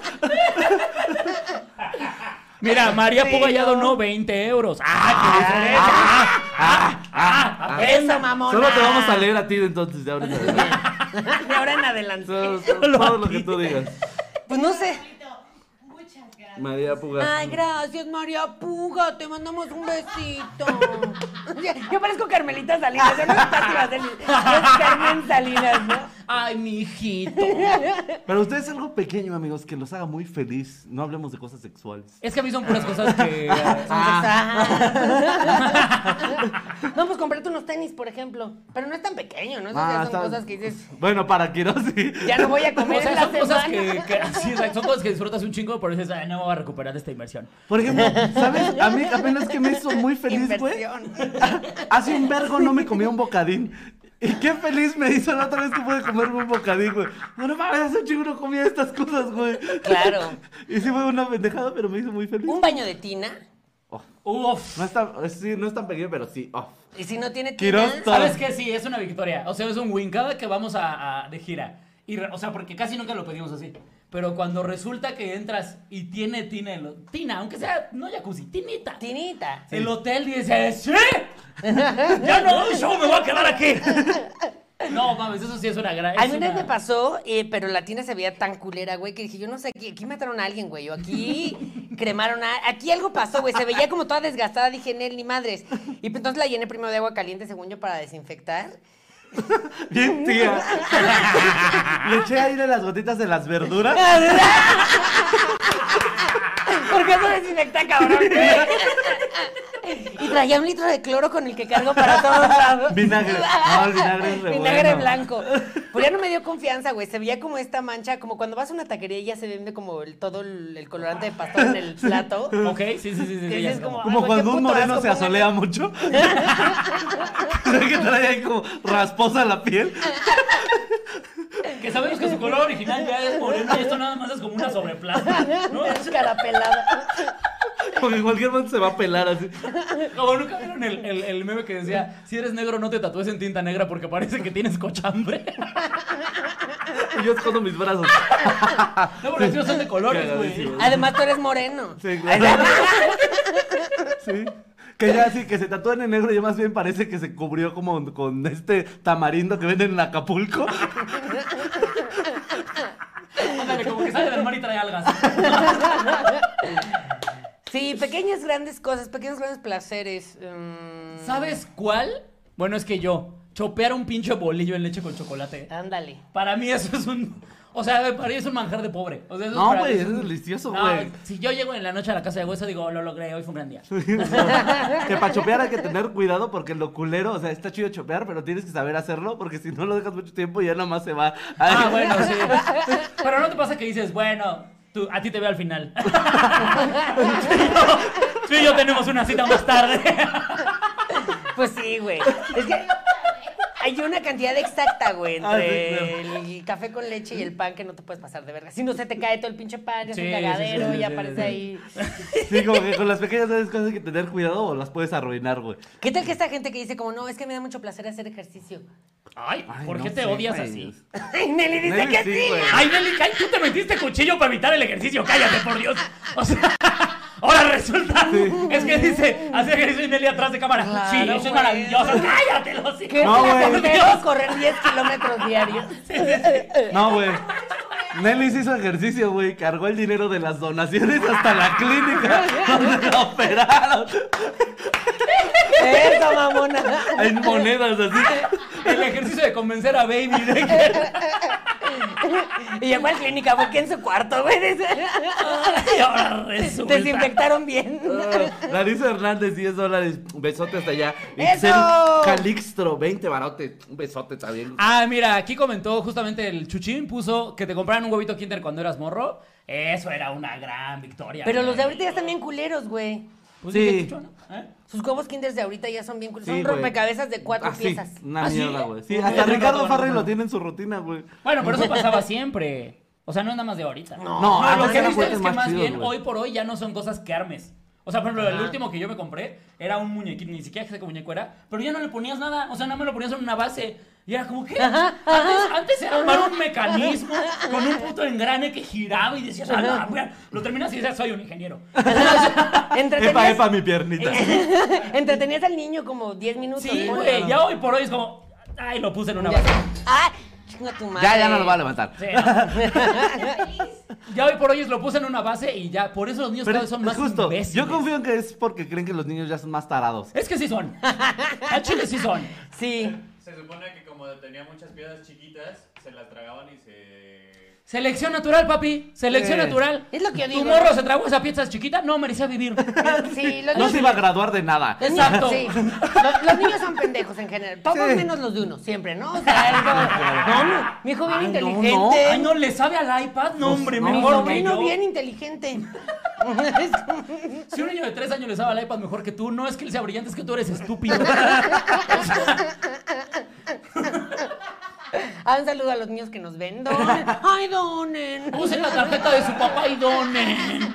Mira, María Puga no donó 20 euros. ¡Ah, qué diferencia!
Eso, mamona.
ah. Solo te vamos a leer a ti entonces, ya ahorita. ¿verdad?
De ahora en adelante.
Todo, todo- todo lo que tú digas.
Pues no sé.
María Puga.
Ay, gracias, María Puga. Te mandamos un besito. Yo, yo parezco Carmelita Salinas. Yo no sé qué iba a ser. Es Carmen Salinas, ¿no?
Ah, ¡Ay, mi hijito!
Para ustedes algo pequeño, amigos, que los haga muy feliz. No hablemos de cosas sexuales.
Es que a mí son puras cosas que. eh,
Ah. No, pues comprarte unos tenis, por ejemplo. Pero no es tan pequeño, ¿no? Esas
Ah,
ya son
Ah, está-
cosas que dices,
Bueno, para Quiroz sí.
ya no voy a comer
O sea,
en la
son cosas
semana.
que, que- sí, exacto, son cosas que disfrutas un chingo, pero dices, "Ay, no me voy a recuperar de esta inversión.
Por ejemplo, ¿sabes? A mí apenas que me hizo muy feliz, güey.
Inversión.
Hace un vergo no me comía un bocadín. Y qué feliz me hizo la otra vez que pude comerme un bocadillo, güey. No, no mames, hace un chingo no comía estas cosas, güey.
Claro.
Y sí fue una pendejada, pero me hizo muy feliz. Oh,
Un baño de tina.
Uf.
No es tan, sí, no es tan pequeño, pero sí. Oh.
Y si no tiene tina.
Quirós todo.
¿Sabes qué? Sí, es una victoria. O sea, es un win. Cada que vamos a, a- de gira. Y, re- o sea, porque casi nunca lo pedimos así. Pero cuando resulta que entras y tiene tina, en lo- tina, aunque sea no jacuzzi, tinita.
Tinita.
El hotel dice, ¡Sí! ¡Ya no! ¡Yo me voy a quedar aquí! No, mames, eso sí es una gran...
A
es
mí una vez
una-
me pasó, eh, pero la tina se veía tan culera, güey, que dije, yo no sé, aquí, aquí mataron a alguien, güey, o aquí cremaron a... Aquí algo pasó, güey, se veía como toda desgastada, dije, Nel, ni madres. Y pues, entonces la llené primero de agua caliente, según yo, para desinfectar.
Bien, tía. Le eché ahí de las gotitas de las verduras.
Porque eso desinfecta, cabrón. y traía un litro de cloro con el que cargo para todos lados.
Vinagre. No, el vinagre es re
Ah, Vinagre
bueno.
blanco. Pues ya no me dio confianza, güey. Se veía como esta mancha, como cuando vas a una taquería y ya se vende como el, todo el, el colorante de pastor en el plato.
Ok, sí, sí, sí. sí,
Que
sí, ya
dices
sé.
como,
Como
"Ay, güey,
cuando
qué
un
puto
moreno
asco,
se
póngale".
asolea mucho. Creo que trae ahí como rasposa la piel.
Que sabemos que su color original ya es moreno y esto nada más es como una sobreplasta, ¿no?
Es carapelada.
Porque en cualquier momento se va a pelar así.
Como nunca vieron el, el, el meme que decía, si eres negro no te tatúes en tinta negra porque parece que tienes cochambre.
Y yo escondo mis brazos.
No, porque los tíos son de colores, güey.
Cagadísimo.
Además, tú eres moreno.
Sí, claro. Sí. Que ya así, que se tatúen en negro, ya más bien parece que se cubrió como con este tamarindo que venden en Acapulco.
Ándale, como que sale del mar y trae algas.
Sí, pequeñas, grandes cosas, pequeños, grandes placeres. Mm,
¿Sabes cuál? Bueno, es que yo, chopear un pinche bolillo en leche con chocolate.
Ándale.
Para mí eso es un... O sea, para mí es un manjar de pobre. O sea, eso
No,
para mí
güey,
un-
es delicioso,
No,
güey.
si yo llego en la noche a la casa de hueso, digo, lo logré, hoy fue un gran día.
que para chopear hay que tener cuidado porque lo culero, o sea, está chido chopear, pero tienes que saber hacerlo porque si no lo dejas mucho tiempo ya nada más se va.
Ah, bueno, sí. Pero no te pasa que dices, bueno, tú, a ti te veo al final. Tú y yo tenemos una cita más tarde.
Pues sí, güey. Es que hay una cantidad exacta, güey,
Ah,
entre el café con leche y el pan que no te puedes pasar de verga. Si no se te cae todo el pinche pan, ya es
Sí,
un
sí,
cagadero
sí, sí,
y
sí,
aparece
sí.
ahí.
Sí, como que con las pequeñas grandes cosas hay que tener cuidado o las puedes arruinar, güey.
¿Qué tal que esta gente que dice como, no, es que me da mucho placer hacer ejercicio?
Ay,
Ay,
¿por
no
qué te
sé,
odias
güey.
así?
Y Nelly dice
Nelly,
que
sí,
sí.
güey.
Ay, Nelly, ay, tú te metiste cuchillo para evitar el ejercicio, cállate, por Dios. O sea, ahora resulta, es que dice, hace ejercicio y Nelly atrás de cámara.
Claro,
sí, eso
güey.
es maravilloso, cállate, lo sí.
¿Qué
No,
placer
güey.
me da correr 10 kilómetros diarios?
No, güey. Nelly se hizo ejercicio, güey. Cargó el dinero de las donaciones hasta la clínica donde la operaron.
Eso, mamona.
En monedas así.
El ejercicio de convencer a Baby de que...
Y llegó a la clínica, fue aquí en su cuarto, güey. dice.
Y ahora resulta.
Desinfectaron bien.
Larisa Hernández, 10 dólares. Un besote hasta allá.
¡Eso!
Itzel Calixtro, 20 barote. Un besote también.
Ah, mira, aquí comentó justamente el Chuchín puso que te compraran un huevito Kinder cuando eras morro. Eso era una gran victoria.
Pero
güey.
los de ahorita ya están bien culeros, güey.
Pues
Sí.
dije, chucho, ¿no? ¿Eh?
Sus huevos kinders de ahorita ya son bien culeros.
Sí,
son
güey.
rompecabezas de cuatro
Ah, sí,
piezas.
Una
¿Ah, sí?
mierda, güey.
Sí,
Sí, hasta
no,
Ricardo
no, no,
Farrell
no,
lo
no.
tiene en su rutina, güey.
Bueno, pero eso pasaba siempre. O sea, no es nada más de ahorita. No,
antes
lo que he
eran
visto es
juguetes
que
más
más,
chidos,
bien
güey.
hoy por hoy ya no son cosas que armes. O sea, por ejemplo, el último que yo me compré era un muñequito, ni siquiera sé qué muñeco era, pero ya no le ponías nada, o sea, nada más lo ponías en una base. Y era como que antes, antes era armar un mecanismo con un puto engrane que giraba y decías, "A la wea". lo terminas y dices, soy un ingeniero.
Epa, epa,
Entretenías,
mi piernita.
entretenías al niño como 10 minutos.
Sí,
¿no?
güey, ya hoy por hoy es como, ay, lo puse en una
Ya.
base.
¡Ah! Chinga tu madre.
Ya, ya no lo va a levantar.
Sí, no. ya hoy por hoy es lo puse en una base y ya, por eso los niños cada
Pero
vez son más
justo,
imbéciles.
yo confío en que es porque creen que los niños ya son más tarados.
Es que sí son. Al chile sí son.
Sí.
Se supone que como tenía muchas piedras chiquitas, se las tragaban y se...
Selección natural, papi. Selección
Sí.
natural.
Es lo que yo digo.
Tu morro se tragó esa pieza chiquita, no merecía vivir.
Sí, los
No
niños.
se iba a graduar de nada.
los niños-
Exacto.
sí. Los, los niños son pendejos en general. Todos
Sí.
menos los de uno, siempre, ¿no? O sea, es como- no, no. Mi hijo bien
Ay, no,
inteligente.
no.
Ay, no le sabe al iPad. Pues, No, hombre,
no,
Mi
mejor que
sobrino
yo.
bien inteligente.
Si un niño de tres años le sabe al iPad mejor que tú, no es que él sea brillante, es que tú eres estúpido. O sea,
Ah, un saludo a los míos que nos ven. Donen. ¡Ay, donen!
Usen la tarjeta de su papá y donen.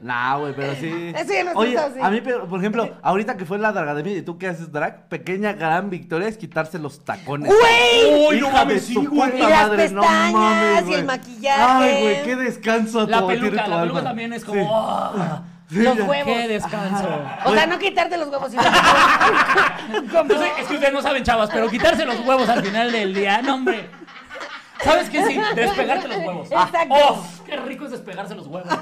Nah, güey, pero sí.
Eso ya lo
Oye,
siento así.
a mí, pero, por ejemplo, ahorita que fue la dragademia y tú que haces drag, pequeña gran victoria es quitarse los tacones.
¡Güey!
Uy,
no mames, sí, güey.
Y las pestañas, y el maquillaje.
Ay, güey, qué descanso.
La
tu- tiene
peluca,
tu
la
alma.
peluca también es como.
Sí.
¡ah!
Sí,
Los
ya.
huevos.
¡Qué descanso!
O sea, no quitarte los huevos. sino- Como-
Entonces, es que ustedes no saben, chavas, pero quitarse los huevos al final del día, no, hombre. ¿Sabes qué? Sí, despegarte los huevos.
Exacto.
¡Uf! ¡Qué rico es despegarse los huevos!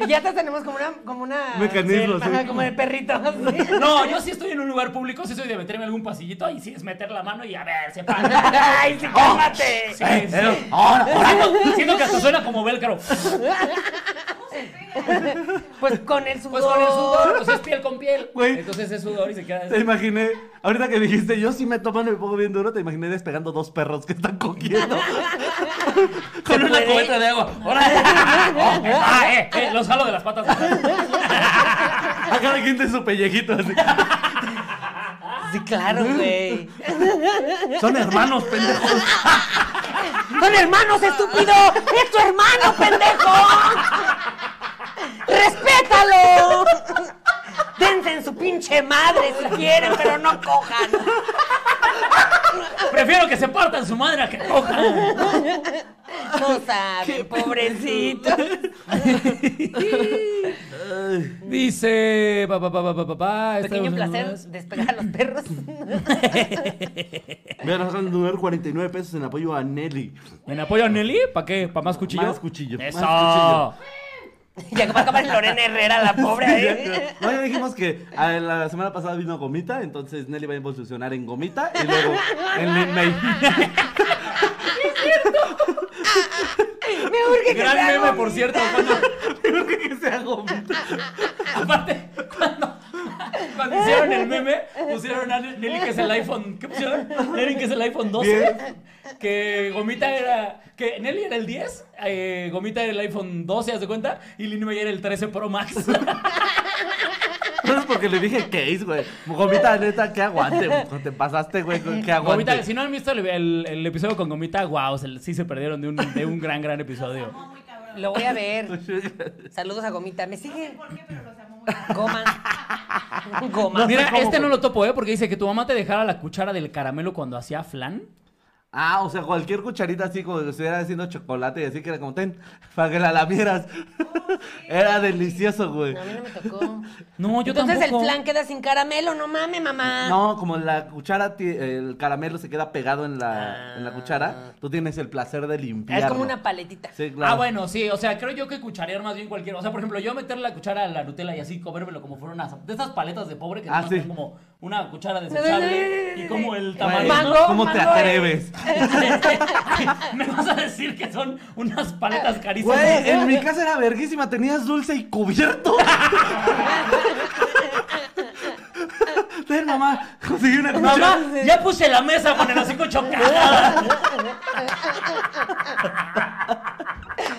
Y ya hasta tenemos como una... Como una
Mecanismo, sí.
Ajá, Como de perrito. así.
No, yo sí estoy en un lugar público, sí soy de meterme algún pasillito y sí es meter la mano y a ver, se para.
¡Ay, sí,
Oh.
cálmate!
Sí, sí. Siento- Siento que hasta suena como velcro.
Pues con el sudor.
Pues con el sudor, pues es piel con piel.
Güey.
Entonces es sudor y se queda.
Te imaginé, ahorita que dijiste, yo sí me tomo y me pongo bien duro, te imaginé despegando dos perros que están cogiendo.
Con una
puede?
cubeta de agua. ¡Órale! Oh, eh, ah, eh, eh, los jalo de las patas.
A cada quien de su pellejito. así.
Sí, claro, güey.
Son hermanos, pendejos.
¡Son hermanos, estúpido! ¡Es tu hermano, pendejo! ¡Respétalo! Dense en su pinche madre si quieren, pero no cojan.
Prefiero que se partan su madre a que cojan.
No saben, pobrecito.
Dice. Pa, pa, pa, pa, pa, pa, pa,
Pequeño
estamos en
Este placer
unas-
despegar a los perros.
Mira, nos acaban de donar 49 pesos en apoyo a Nelly.
¿En apoyo a Nelly? ¿Para qué? ¿Para más cuchillo?
Más cuchillo, más
Eso.
cuchillo.
Y acaba acabar en Lorena Herrera, la pobre. ¿eh?
No, ya dijimos que a la semana pasada vino Gomita, entonces Nelly va a evolucionar en Gomita y luego en Lin May.
Me urge que
Gran
sea
meme,
algo
por cierto.
Creo que que sea Gomita.
Aparte, cuando, cuando hicieron el meme, pusieron a Nelly que es el iPhone. ¿Qué pusieron? Nelly que es el iPhone 12. Que Gomita era. Que Nelly era el 10, eh, Gomita era el iPhone 12, ¿haz de cuenta? Y Lin May era el 13 Pro Max.
No es porque le dije case, güey. Gomita, neta, que aguante. güey. Te pasaste, güey, que aguante.
Gomita, si no han visto el, el- el episodio con Gomita, wow, se- sí se perdieron de un, de un gran, gran episodio.
Lo voy a ver. Saludos a Gomita. ¿Me siguen? Goma. Goma.
Mira,
cómo,
este no
güey.
lo topo, ¿eh? Porque dice que tu mamá te dejara la cuchara del caramelo cuando hacía flan.
Ah, o sea, cualquier cucharita así como si estuviera haciendo chocolate y así que era como ten, para que la lamieras. era delicioso, güey.
No, a mí no me tocó.
No, yo
Entonces
tampoco.
el flan queda sin caramelo, no mames, mamá.
No, como la cuchara, ti- el caramelo se queda pegado en la, en la cuchara, tú tienes el placer de limpiarlo.
Ah. es como una paletita.
Sí, claro.
Ah, bueno, sí, o sea, creo yo que cucharear más bien cualquier. O sea, por ejemplo, yo meter la cuchara a la Nutella y así comérmelo como fuera una. De esas paletas de pobre que
Ah,
no
sí.
como una cuchara desechable y como el
Güey,
tamarindo.
Mango,
¿Cómo te
mango, eh.
atreves?
Me vas a decir que son unas paletas carísimas.
Güey, en mi casa era verguísima, tenías dulce y cubierto. Ten, mamá, conseguí una cuchara.
Mamá, ya puse la mesa con el hocico chocada.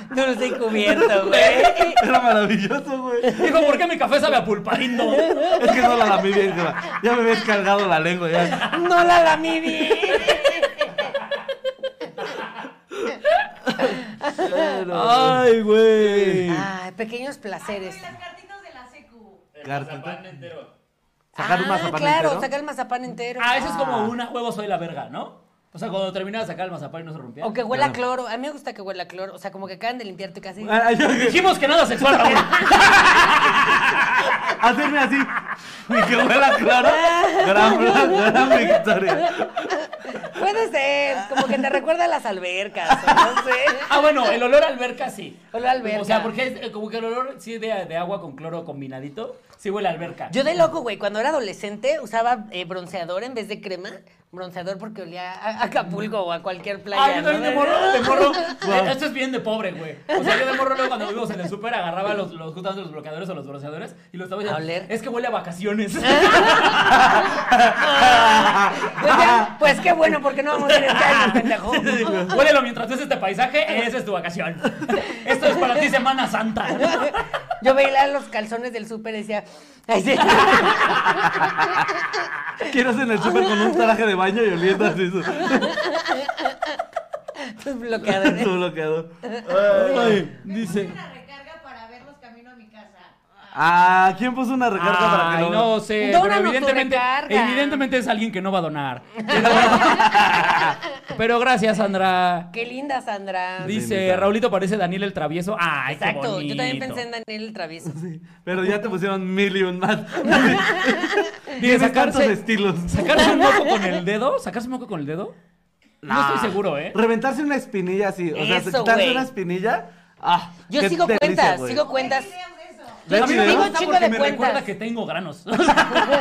Dulce y cubierto, güey.
Era maravilloso, güey.
Dijo, ¿por qué mi café sabe a pulparindo?
Es que no la lamí bien, güey. Ya me había cargado la lengua, ya.
No la lamí bien.
Ay, güey.
Ah,
Ay, pequeños placeres.
Mazapán entero.
Sacar un
ah,
mazapán
claro,
entero.
sacar el mazapán entero.
Ah, eso es como una huevo soy la verga, ¿no? O sea, cuando terminaba de sacar el mazapán y no se rompía.
O que huela
Ah.
a cloro. A mí me gusta que huela a cloro. O sea, como que acaban de limpiar tu casa. y-
Ay, ay,
Dijimos que nada sexual, Raúl.
Hacerme así. Ni que huela claro. Gran, gran, gran victoria.
Puede ser. Como que te recuerda a las albercas. o No sé.
Ah, bueno, el olor a alberca sí.
Olor a alberca.
O sea, porque es eh, como que el olor sí de, de agua con cloro combinadito, sí huele a alberca.
Yo de loco, güey, cuando era adolescente usaba eh, bronceador en vez de crema. Bronceador porque olía a a Acapulco o a cualquier playa.
Ay, Ah, yo
¿no?
también de morro, de morro. Eh, Esto es bien de pobre, güey. O sea, yo de morro luego cuando vivimos en el súper agarraba los, los, justamente los bloqueadores o los bronceadores y los estaba
A oler.
Es que huele a vacaciones.
Ah. Decían, pues qué bueno, porque no vamos a ir este año, pendejo.
Huélelo mientras ves este paisaje, esa es tu vacación. Esto es para ti Semana Santa.
Yo veía los calzones del súper y decía, ay, sí.
Quiero hacer en el súper con un traje de baño y oliendo así. su-
Tu bloqueador.
Tu bloqueador.
Ay, dice.
una recarga para verlos camino a mi casa.
Ah, ¿quién puso una recarga para que
Ay,
lo-
no sé. pero
Dónanos tu
evidentemente,
recarga.
evidentemente es alguien que no va a donar. Pero, pero gracias, Sandra.
Qué linda, Sandra.
Dice, Raulito parece Daniel el travieso. Ay, qué
Exacto, yo
bonito.
también pensé en Daniel el travieso.
Pero ya te pusieron mil y un más.
Dice,
Tienes tantos
sacarse,
estilos.
sacarse un moco con el dedo. ¿Sacarse un moco con el dedo? No estoy seguro, ¿eh?
Ah. Reventarse una espinilla así. O sea,
Eso,
quitarse
güey.
una espinilla. Ah,
Yo
qué
sigo
delicia,
cuentas,
güey.
sigo cuentas.
¿Ves
A mí
video?
me
Digo,
gusta
chico
porque
de
me
cuentas.
recuerda que tengo granos.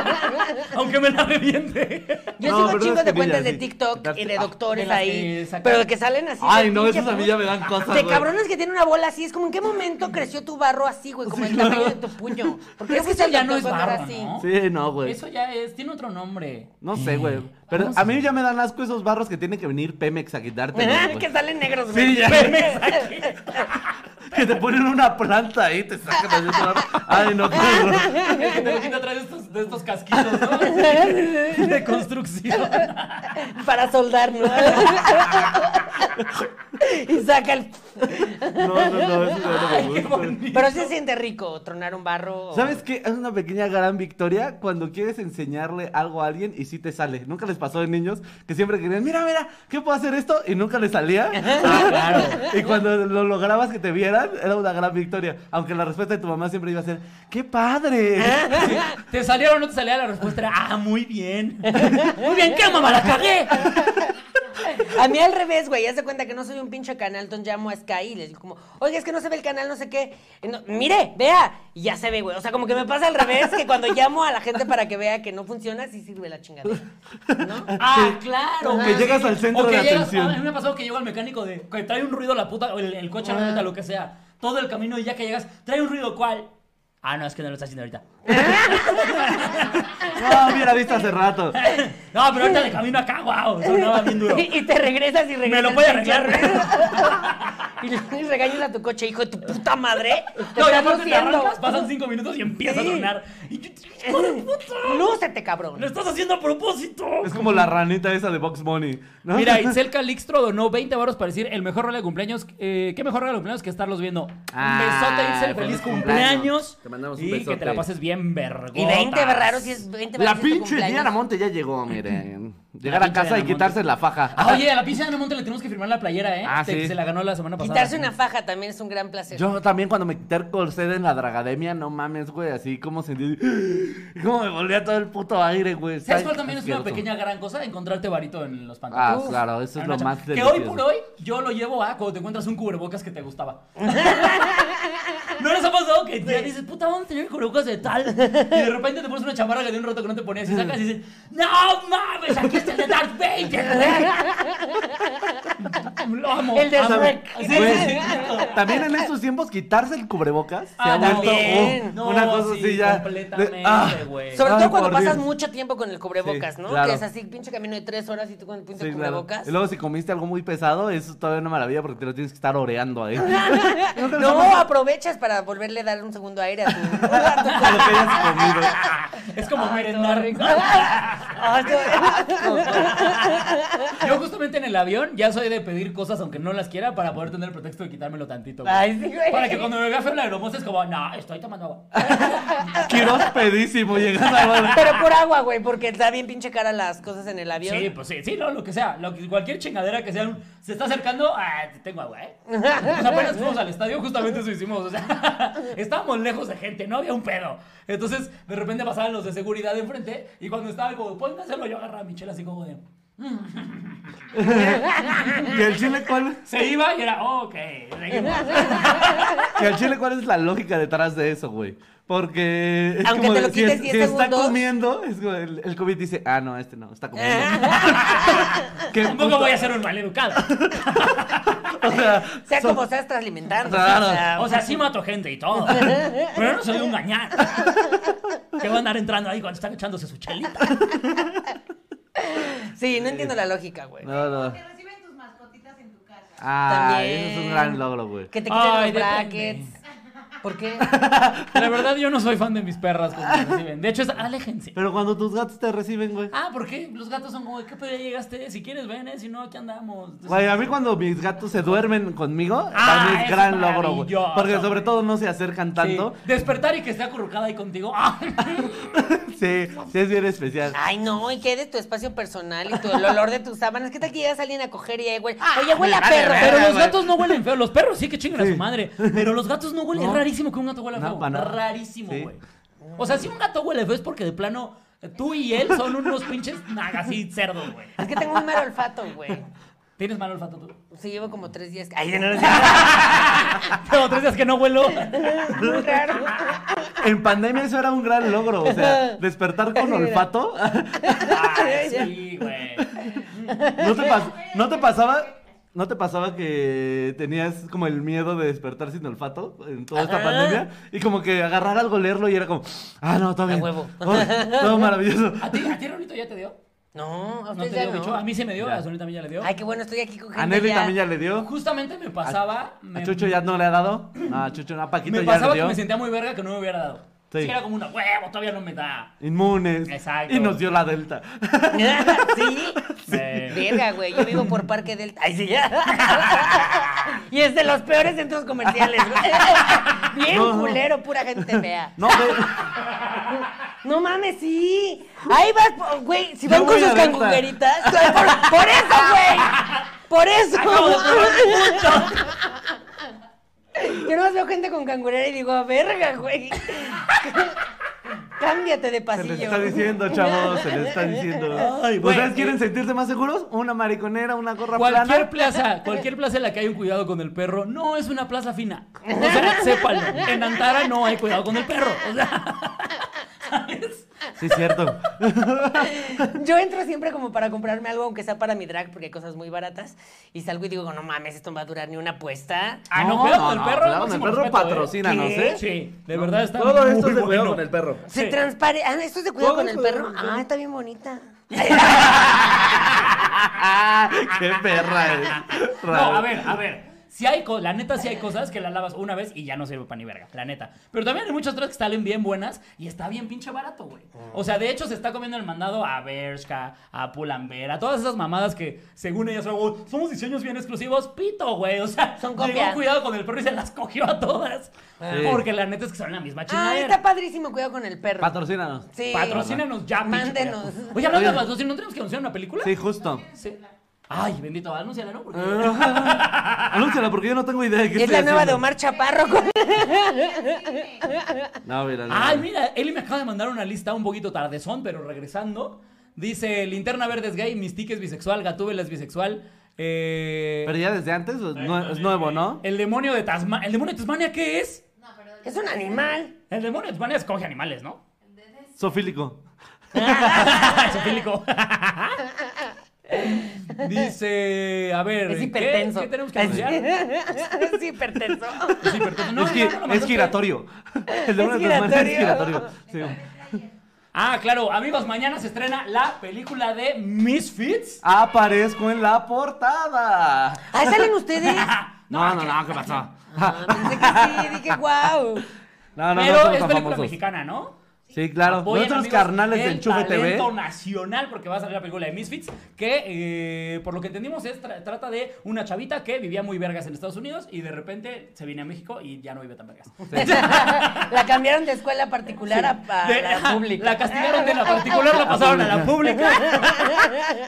Aunque me la reviente.
Yo
No, pero
sigo un chingo
esas
de
que
cuentas
brillan,
de
sí.
TikTok y de
Ah,
de
doctores
las
ahí.
que sacan-
Pero que salen así.
Ay,
de
no,
pinche
esas a mí
pus-
ya me dan cosas.
De
güey.
cabrones que tienen una bola así. Es como, ¿en qué momento creció tu barro así, güey? Como el tamaño de tu puño. Porque
Pero
es que
eso
eso
ya no es barro,
así.
¿no?
Sí, no, güey.
Eso ya es, tiene otro nombre.
Pues. No sé, güey. Pero
Vamos
a mí ya me dan asco esos barros que tiene que venir Pemex a quitarte.
que
Que,
salen negros,
Sí,
güey.
ya.
Vermes.
que te ponen una planta ahí, te sacan así ese barro. Ay, no, cabrón.
Es que te lo quita atrás de estos, de estos casquitos, ¿no? De construcción.
Para soldar, ¿no? y saca el.
No, no, no, eso ya no me
Qué
gusta.
bonito.
Pero sí se siente rico tronar un barro.
¿Sabes qué? Es una pequeña gran victoria cuando quieres enseñarle algo a alguien y sí te sale. ¿Nunca les pasó de niños que siempre querían, mira, mira, ¿qué puedo hacer esto? Y nunca les salía. Y cuando lo lograbas que te vieran, era una gran victoria. Aunque la respuesta de tu mamá siempre iba a ser, ¡qué padre!
¿Te salieron o no te salía la respuesta? Era, ah, muy bien. Muy bien, ¿qué, mamá? La cagué.
A mí al revés, güey. Haz de cuenta que no soy un pinche canal, entonces llamo a Sky y les digo como, oiga, es que no se ve el canal, no sé qué. Eh, no, Mire, vea. Y ya se ve, güey. O sea, como que me pasa al revés, que cuando llamo a la gente para que vea que no funciona, sí sirve la chingadera. ¿No?
Ah, claro.
Que llegas al centro
O que
de
llegas-
atención.
A mí me ha pasado que llego al mecánico de que trae un ruido la puta, el, el coche, la neta, lo que sea. Todo el camino y ya que llegas, trae un ruido cuál. Ah, no, es que no lo está haciendo ahorita.
No, hubiera visto hace rato.
No, pero ahorita de camino acá, wow. Sonaba bien duro.
Y, y te regresas y regresas.
Me lo voy a arreglar.
Y le- y regañas a tu coche, hijo de tu puta madre. Te
No, y
está
aparte te
luciendo.
arrancas, pasan cinco minutos y empieza
Sí.
a sonar. Y yo, hijo de puta.
Lúcete, cabrón.
Lo estás haciendo a propósito.
Es como la ranita esa de Box Money. ¿no?
Mira, Itzel Calixtro donó 20 baros para decir el mejor regalo de cumpleaños. eh, ¿Qué mejor regalo de cumpleaños que estarlos viendo?
Ah,
un besote, Itzel. Feliz
feliz
cumpleaños.
Te mandamos un
y
besote.
que te la pases bien vergüenza.
Y 20 barraros y es 20
La
barraros y es tu
pinche
cumpleaños.
Diana Monte ya llegó, miren. Llegar a
pinche
casa y
Diana
quitarse la faja.
Ah, oye, a la pinche Ana Monte le tenemos que firmar la playera, ¿eh?
Ah,
Te-
sí.
Se la ganó la semana pasada.
Quitarse una faja también es un gran placer.
Yo también cuando me quité el corset en la dragademia, no mames, güey, así como sentí... Como me volvía todo el puto aire, güey.
¿Sabes
Está
cuál también es una
asqueroso.
pequeña gran cosa? Encontrarte varito en los
Ah,
pantalones. Uf.
claro, eso es
Ana
lo
Cha-
más
Que hoy por hoy yo lo llevo a cuando te encuentras un cubrebocas que te gustaba. ¿No les ha pasado que te dices, puta, vamos a tener cubrebocas de tal? Y de repente te pones una chamarra que de un rato que no te ponías y sacas y dices, ¡No mames! ¡Aquí está el de Darth Vader! ¡Lo amo!
El de
amo.
Shrek.
Sí,
Güey,
sí, sí.
también en estos tiempos quitarse el cubrebocas
Ah,
se ha vuelto
también.
uh,
No,
una cosa
sí,
así ya.
completamente,
de- ah,
güey.
Sobre
ay,
todo cuando
por
pasas
Dios.
mucho tiempo con el cubrebocas,
Sí,
¿no?
claro.
Que es así, pinche camino de tres horas y tú con el pinche
Sí, claro.
cubrebocas.
Y luego si comiste algo muy pesado, eso es todavía una maravilla porque te lo tienes que estar oreando ahí.
No, aprovechas para volverle a dar un segundo aire a tu, a tu
Lo que hayas comido.
Ah, Es
Ah,
como merendar.
Ay, no.
Yo justamente en el avión ya soy de pedir cosas aunque no las quiera para poder tener el pretexto de quitármelo tantito. güey.
Ay, sí, güey.
Para que cuando me vea feo en el aeropuerto es como, no, estoy tomando agua.
Quiroz pedísimo llegando al vuelo.
Pero por agua, güey, porque está bien pinche cara las cosas en el avión.
Sí, pues sí, sí, no, lo que sea. Lo que- cualquier chingadera que sea, un- se está acercando, ah, tengo agua, ¿eh? Pues apenas fuimos al estadio, justamente eso hicimos. O sea, estábamos lejos de gente, no había un pedo. Entonces, de repente pasaban los de seguridad de enfrente y cuando estaba como, póngaselo, yo agarraba a Michelle así como de.
¿Y el chile cuál?
Se iba y era, ok, seguimos.
Que al chile, ¿cuál es la lógica detrás de eso, güey? Porque. es
Aunque te lo
si
quites
es- si,
10
está
segundos.
comiendo, es como el, el COVID dice, ah, no, este no, está comiendo.
Eh.
Que
Tampoco
justo-
voy a ser un maleducado.
O sea,
sea
son-
como sea, estás alimentando.
Claro.
O sea, sí mato gente y todo. Pero no soy un gañán. Que va a andar entrando ahí cuando están echándose su chelita.
sí, no entiendo la lógica, güey.
No, no.
Te reciben tus mascotitas en tu casa.
Ah,
También.
eso es un gran logro, güey.
Que te quiten
Ay,
los
depende.
brackets. ¿Por qué?
La verdad, yo no soy fan de mis perras cuando me reciben. De hecho, es aléjense.
Pero cuando tus gatos te reciben, güey.
Ah, ¿por qué? Los gatos son como, ¿qué pedo ya llegaste? Si quieres, ven, eh, si no, aquí andamos. Entonces,
Güey, a mí cuando mis gatos se duermen conmigo,
Ah,
para mí es
eso
gran
es
logro, güey.
maravilloso,
Porque sobre
güey.
todo no se acercan
sí.
tanto.
Despertar y que esté acurrucada ahí contigo. ¡Ah!
Sí, sí es bien especial.
Ay, no, y qué de tu espacio personal y tu, el olor de tus sábanas. ¿Qué tal que llegas a alguien a coger y ahí huele? Oye, huele a perro.
Ah, Pero los gatos no huelen feo. Los perros sí que chingan a su madre. Pero los gatos no huelen.
No.
Es rarísimo que un gato huela
No,
feo.
para nada.
Rarísimo,
Sí.
güey. O sea, si un gato huele feo es porque de plano eh, tú y él son unos pinches nagas y cerdos, güey.
Es que tengo un mal olfato, güey.
¿Tienes mal olfato tú?
Sí, llevo como tres días. Ay, no, no,
Pero tres días que no huelo.
muy raro.
En pandemia eso era un gran logro. O sea, despertar con olfato.
Ay, sí, güey.
¿No te, pas- ¿No te pasaba? ¿No te pasaba que tenías como el miedo de despertar sin olfato en toda esta
Ajá.
pandemia? Y como que agarrar algo, leerlo y era como, ah, no, todo
A
bien.
huevo.
Ay, todo maravilloso.
¿A ti, a ti Raulito, ya te dio?
No, a
No
ustedes
te
ya
dio,
no.
bicho. A mí se me dio,
Ya.
a Zuli también ya le dio.
Ay, qué bueno, estoy aquí con gente
A Nelly
ya.
también ya le dio.
Justamente me pasaba.
A
me-
Chucho ya no le ha dado. No, a Chucho, no, a Paquito
Me
ya le
pasaba que
dio.
me sentía muy verga que no me hubiera dado.
Sí.
Sí. era como una huevo, todavía no me da.
Inmunes.
Exacto.
Y nos dio la delta.
¿Sí?
Sí.
Verga, güey. Yo vivo por Parque Delta. Ay, sí, ya. y es de los peores centros comerciales. güey. Bien
No, no.
culero, pura gente fea.
No, ve-
No mames, sí. Ahí vas, po- güey. Si
Yo
van con
voy a
sus
Delta.
cangujeritas. Por, por eso, güey. Por
Acabo de probar
eso.
un punto.
Yo no veo gente con cangurera y digo, verga, güey. Cámbiate de
se
pasillo.
les está diciendo, chavos, se les está diciendo.
güey.
¿Ustedes quieren sentirse más seguros? Una mariconera, una gorra
Cualquier
plana.
plaza, cualquier plaza en la que hay un cuidado con el perro, no es una plaza fina. O sea, sépanlo. En Antara no hay cuidado con el perro. O sea, ¿sabes?
Sí, cierto.
Yo entro siempre como para comprarme algo, aunque sea para mi drag, porque hay cosas muy baratas. Y salgo y digo, no mames, esto no va a durar ni una apuesta.
Ah, no, cuidado con el perro.
cuidado con el
máximo
perro
respeto, ¿eh?
patrocínanos, ¿eh?
Sí, de verdad está
Todo esto
muy
es de cuidado
bueno.
con el perro.
Se
Sí.
transpare. Ah, esto es de cuidado
Todo
con el
eso de-
perro. Ah, está bien bonita.
¡Qué perra es!
No, a ver, a ver. Si hay co- la neta, si hay cosas que las lavas una vez y ya no sirve para ni verga, la neta. Pero también hay muchas otras que salen bien buenas y está bien pinche barato, güey. O sea, de hecho, se está comiendo el mandado a Bershka, a Pulamber, a todas esas mamadas que, según ellas, luego, somos diseños bien exclusivos, pito, güey. O sea,
Son
llegó
copias.
cuidado con el perro y se las cogió a todas. Porque la neta es que son la misma
Ah,
chingadera.
está padrísimo, cuidado con el perro.
Patrocínanos.
Sí.
Patrocínanos ya, pinche
Mándenos.
cuidado. Oye, hablando de patrocinio, ¿no tenemos que anunciar una película?
Sí, Ah. justo.
Sí. Ay, bendito, anúnciala, ¿no? Porque...
Anúnciala porque yo no tengo idea de qué
Es
estoy
la nueva de
haciendo.
Omar Chaparro. con-
No, mira, no.
Ay, mira, Eli me acaba de mandar una lista un poquito tardezón, pero regresando. Dice, linterna verde es gay, Mystique es bisexual, Gatúbela es bisexual. eh,
Pero ya desde antes pues, no- es nuevo, ¿no?
el demonio de Tasmania. ¿El demonio de Tasmania qué es?
Es un animal.
El demonio de Tasmania escoge animales, ¿no?
Sofílico.
Sofílico. Dice, a ver,
Es
¿qué-
hipertenso.
¿qué, tenemos que anunciar?
Es hipertenso.
Es hipertenso. Ah, No, no,
es, gi-
no, no, no,
es
no,
giratorio. El de
Es
una Tasmania es giratorio.
giratorio.
Sí.
Ah, claro, amigos, mañana se estrena la película de Misfits.
Aparezco en la portada.
Ah, salen ustedes.
No, no, no, ¿qué pasó?
Ah, pensé que sí, dije, wow.
No, no, no,
pero
somos
es
tan
película
famosos.
mexicana, ¿no?
Sí, claro.
Apoyen,
Nosotros
amigos,
carnales de
el
Enchufe TV.
talento nacional, porque va a salir la película de Misfits, que eh, por lo que entendimos es tra- trata de una chavita que vivía muy vergas en Estados Unidos y de repente se viene a México y ya no vive tan vergas.
La cambiaron de escuela particular a, a
De-
la pública.
la castigaron de la particular, la pasaron a la pública.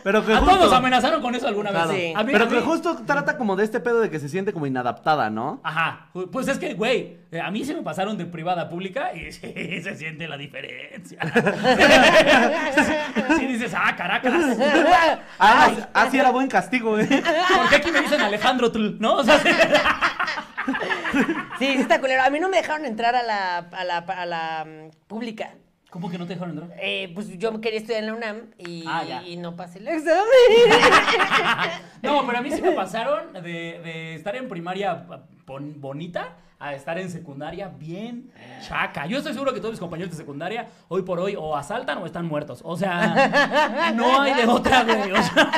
Pero que
A
justo,
todos nos amenazaron con eso alguna vez.
Claro. Sí.
A mí- a
Pero
mí-
que justo trata como de este pedo de que se siente como inadaptada, ¿no?
Ajá, ju- pues es que, güey, eh, a mí se me pasaron de privada a pública y sí, se siente la diferencia. Si dices, ah, caracas.
Ah, así era buen castigo, ¿eh?
¿Por qué aquí me dicen Alejandro Tl? ¿No? O sea, sí.
Sí, sí está culero. A mí no me dejaron entrar a la, a la, a la mm, pública.
¿Cómo que no te dejaron entrar?
Eh, pues yo quería estudiar en la UNAM y,
Ah, ya.
y no pasé el examen.
No, pero a mí sí me pasaron de, de estar en primaria bon- bonita a estar en secundaria bien chaca. Yo estoy seguro que todos mis compañeros de secundaria hoy por hoy o asaltan o están muertos. O sea, no hay de otra, güey. O sea,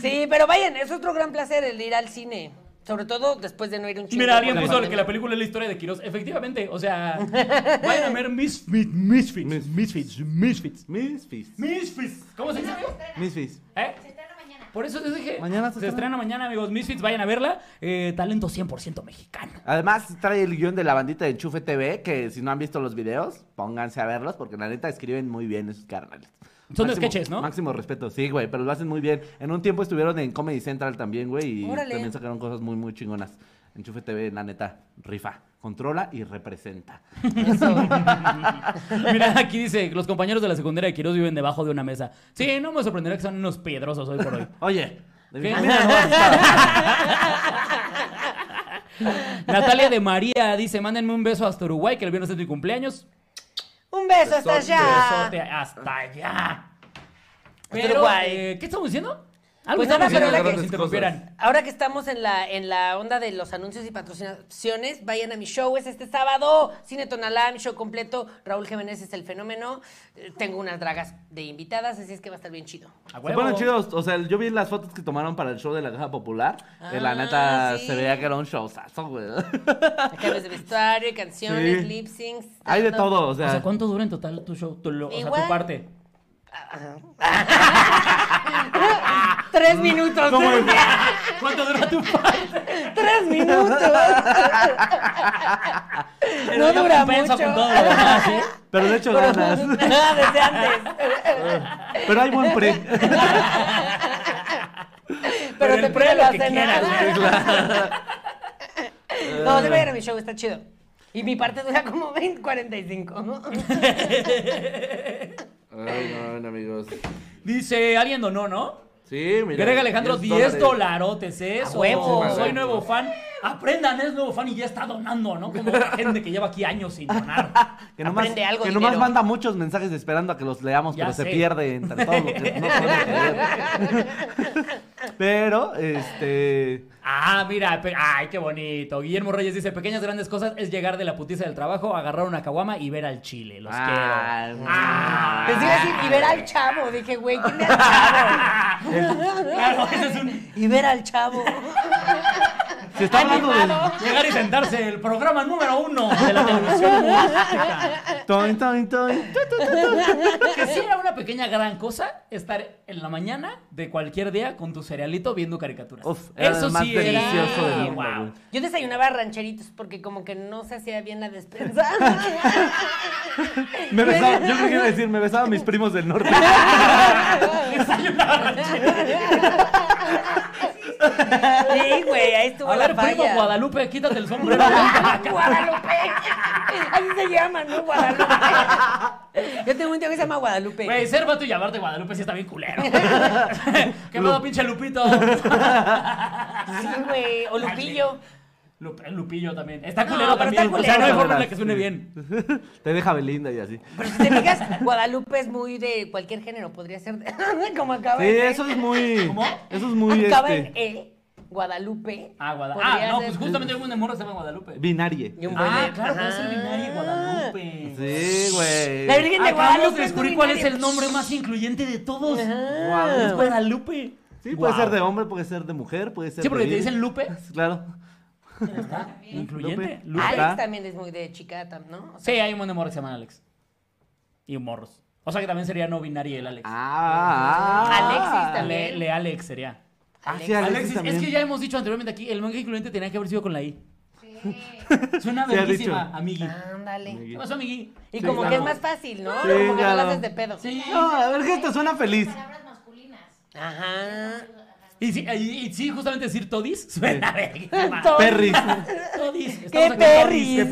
sí, pero vayan, es otro gran placer el ir al cine. Sobre todo después de no ir a un chingo.
Mira, alguien
por
puso
pandemia.
que la película es la historia de Quirós. Efectivamente, o sea, vayan a ver Misfits, Misfits, Misfits, Misfits,
Misfits.
Misfits. ¿Cómo se dice?
Misfits.
¿Eh?
Se estrena mañana.
Por eso les dije,
Mañana se
se estrena mañana, amigos Misfits, vayan a verla. Eh, talento 100% mexicano.
Además, trae el guión de la bandita de Enchufe TV, que si no han visto los videos, pónganse a verlos, porque la neta escriben muy bien esos carnales.
Son de
Máximo-
sketches, ¿no?
Máximo respeto, sí, güey, pero lo hacen muy bien. En un tiempo estuvieron en Comedy Central también, güey, y
Órale.
también sacaron cosas muy, muy chingonas. Enchufe TV, la neta, rifa, controla y representa.
Mira, aquí dice, los compañeros de la secundaria de Quirós viven debajo de una mesa. Sí, no me sorprenderá que sean unos piedrosos hoy por hoy.
Oye, de mi
¿Qué?
familia no vas a estar.
Natalia de María dice, mándenme un beso hasta Uruguay, que el viernes es mi cumpleaños.
Un beso hasta allá.
Besote hasta allá.
Hasta
Pero,
Uruguay.
eh, ¿qué estamos diciendo? Algo
Pues
que
nada,
estamos
pero
diciendo
la
que
que-
nos interrumpieran.
Ahora que estamos en la, en la onda de los anuncios y patrocinaciones, vayan a mi show, es este sábado, Cine Tonalá, mi show completo, Raúl Jiménez es el fenómeno, Eh, tengo unas dragas de invitadas, así es que va a estar bien chido.
A
Se
huevo.
ponen chidos, o sea, yo vi las fotos que tomaron para el show de la Caja Popular, eh, la
Ah,
neta
sí.
se veía que era un showzazo, güey.
Cambios de vestuario, canciones,
Sí.
lip syncs.
Hay de
stand-up.
todo, o
O
sea.
sea, ¿cuánto dura en total tu show? Tu, lo- o sea, tu
Igual.
parte.
Tres minutos. tres-
¿Cuánto dura tu parte?
Tres minutos.
yo
no dura
compenso
mucho.
con todo lo demás, ¿eh?
Pero de hecho
Pero-
ganas.
desde antes.
Pero hay buen pre.
Pero,
Pero
te
el pre
pide
lo
la
que
cena.
quieras,
No, debe ir a mi show, está chido. Y mi parte dura como 20, 45. ¿no?
Ay, no, bueno, amigos.
Dice, alguien donó, ¿no?
Sí, mira.
Greg Alejandro, 10 dolarotes, ¿eh?
A
Soy-
huevo.
Soy nuevo fan. Aprendan, es nuevo fan y ya está donando, ¿no? Como la gente que lleva aquí años sin donar.
Que nomás,
Aprende algo,
que nomás
dinero.
manda muchos mensajes esperando a que los leamos,
Ya
pero
sé.
se pierde entre todo lo que no podemos leer. Pero, este.
Ah, mira, pe- ay, qué bonito. Guillermo Reyes dice, pequeñas grandes cosas es llegar de la putiza del trabajo, agarrar una caguama y ver al chile. Los
Ah,
quiero. Ah.
Les iba a decir, y ver al chavo. Dije, güey, ¿quién es el chavo?
Claro, ese es un-
Y ver al chavo.
Se está hablando del.
Llegar y sentarse, el programa número uno de la televisión música.
Toin, toin, toin, tu, tu, tu.
Que sí era una pequeña gran cosa estar en la mañana de cualquier día con tu cerealito viendo caricaturas.
Uf, era lo más delicioso del mundo,
guau.
güey.
Yo desayunaba rancheritos porque como que no se hacía bien la despensa.
Me besaba, yo creo que iba a decir, me besaba a mis primos del norte.
Desayunaba ranchero.
Sí, güey, ahí estuvo
A
la
ver, primo
falla.
Guadalupe, quítate el sombrero.
Guadalupe. Así se llama, ¿no? Guadalupe. Yo tengo un tío que se llama Guadalupe.
Güey, ser vato y llamarte Guadalupe sí está bien culero. ¿Qué pedo, pinche Lupito?
Sí, güey. O Lupillo.
Lup- Lupillo también. Está
No,
culero
pero
también.
está
O sea, no hay
culero.
forma en la que suene bien.
Te deja Belinda y así.
Pero si te fijas, Guadalupe es muy de cualquier género. Podría ser de- como acaba
Sí,
en E.
eso es muy.
¿Cómo?
Eso es muy.
Acaba en
Este,
E. Guadalupe.
Ah, Guadalupe. Ah,
Podría
no,
ser-
pues justamente algún de morro se llama Guadalupe.
binarie.
Y un buen
Ah,
E.
claro, puede ser
Ajá.
binario Guadalupe.
Sí, güey.
La Virgen de
Acabamos
Guadalupe.
de
es
descubrir
muy
cuál es
binaria.
el nombre más incluyente de todos.
Ajá.
Es Guadalupe.
Sí, puede
Guau.
ser de hombre, puede ser de mujer, puede ser
Sí,
de
porque te
vir-
dicen Lupe.
Claro.
Incluyente.
Lupe.
Lupe.
Alex también es muy de chica, tam- ¿no? O sea,
Sí, hay un montón de morros que se llaman Alex. Y morros. O sea que también sería no binario el Alex.
Ah,
Alexis también.
Le, le Alex sería.
Ah, sí, Alexis,
Alexis,
también.
es que ya hemos dicho anteriormente aquí, el manga incluyente tenía que haber sido con la I.
Sí.
Suena
Sí, ha
bellísima,
dicho.
amigui. ¿Qué
Ándale.
pasó, amigui?
Y como que es
claro.
más fácil, ¿no?
Sí,
como que no
claro.
lo haces de pedo.
Sí.
No, a ver, que esto suena feliz.
Palabras masculinas.
Ajá.
Y sí, y- y sí, justamente decir todis suena bellísima.
Todis.
Perris.
Todis.
¡Qué
Estamos aquí en
perris!
Qué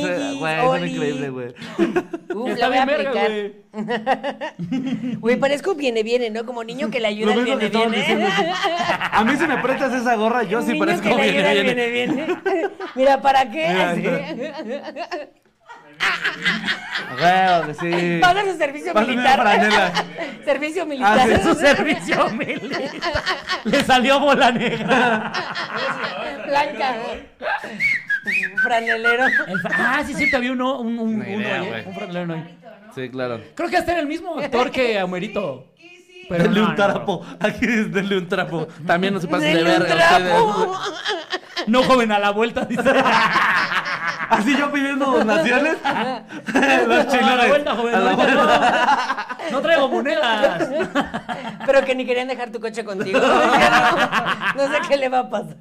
perris. Güey, eso-
Amiguis,
güey, eso es
olis.
increíble, güey.
Uf,
Está
uh, la voy a
bien verga,
aplicar.
güey.
Güey, parezco viene viene, ¿no? Como niño que le ayuda
Lo
al
mismo que
viene
estaban
viene.
diciendo. A mí si me prestas esa gorra, yo sí
niño
parezco
que le
bien.
ayuda al viene viene. Mira, ¿para qué?
Mira,
Así.
Güey, que sí.
Paga su servicio
Pásame una
militar.
franela. Ah,
servicio militar.
Hace
su servicio militar. Le salió bola negra.
Blanca. Franelero.
El fra- ah, sí, es cierto, había uno, un, un,
Una idea,
uno ahí,
güey.
un franelero ahí.
Bonito, ¿no?
Sí, claro.
Creo que hasta era el mismo actor que Homerito.
Sí, sí,
Pero
denle
no,
un
no, no.
trapo. Aquí es denle un trapo. También no se pasen de
Denle un
verga
trapo.
ustedes.
No, joven, a la vuelta, dice.
Así yo pidiendo donaciones. Los
A la
chilones.
vuelta, joven. ahorita No, no traigo monedas.
Pero que ni querían dejar tu coche contigo. No sé qué le va a pasar.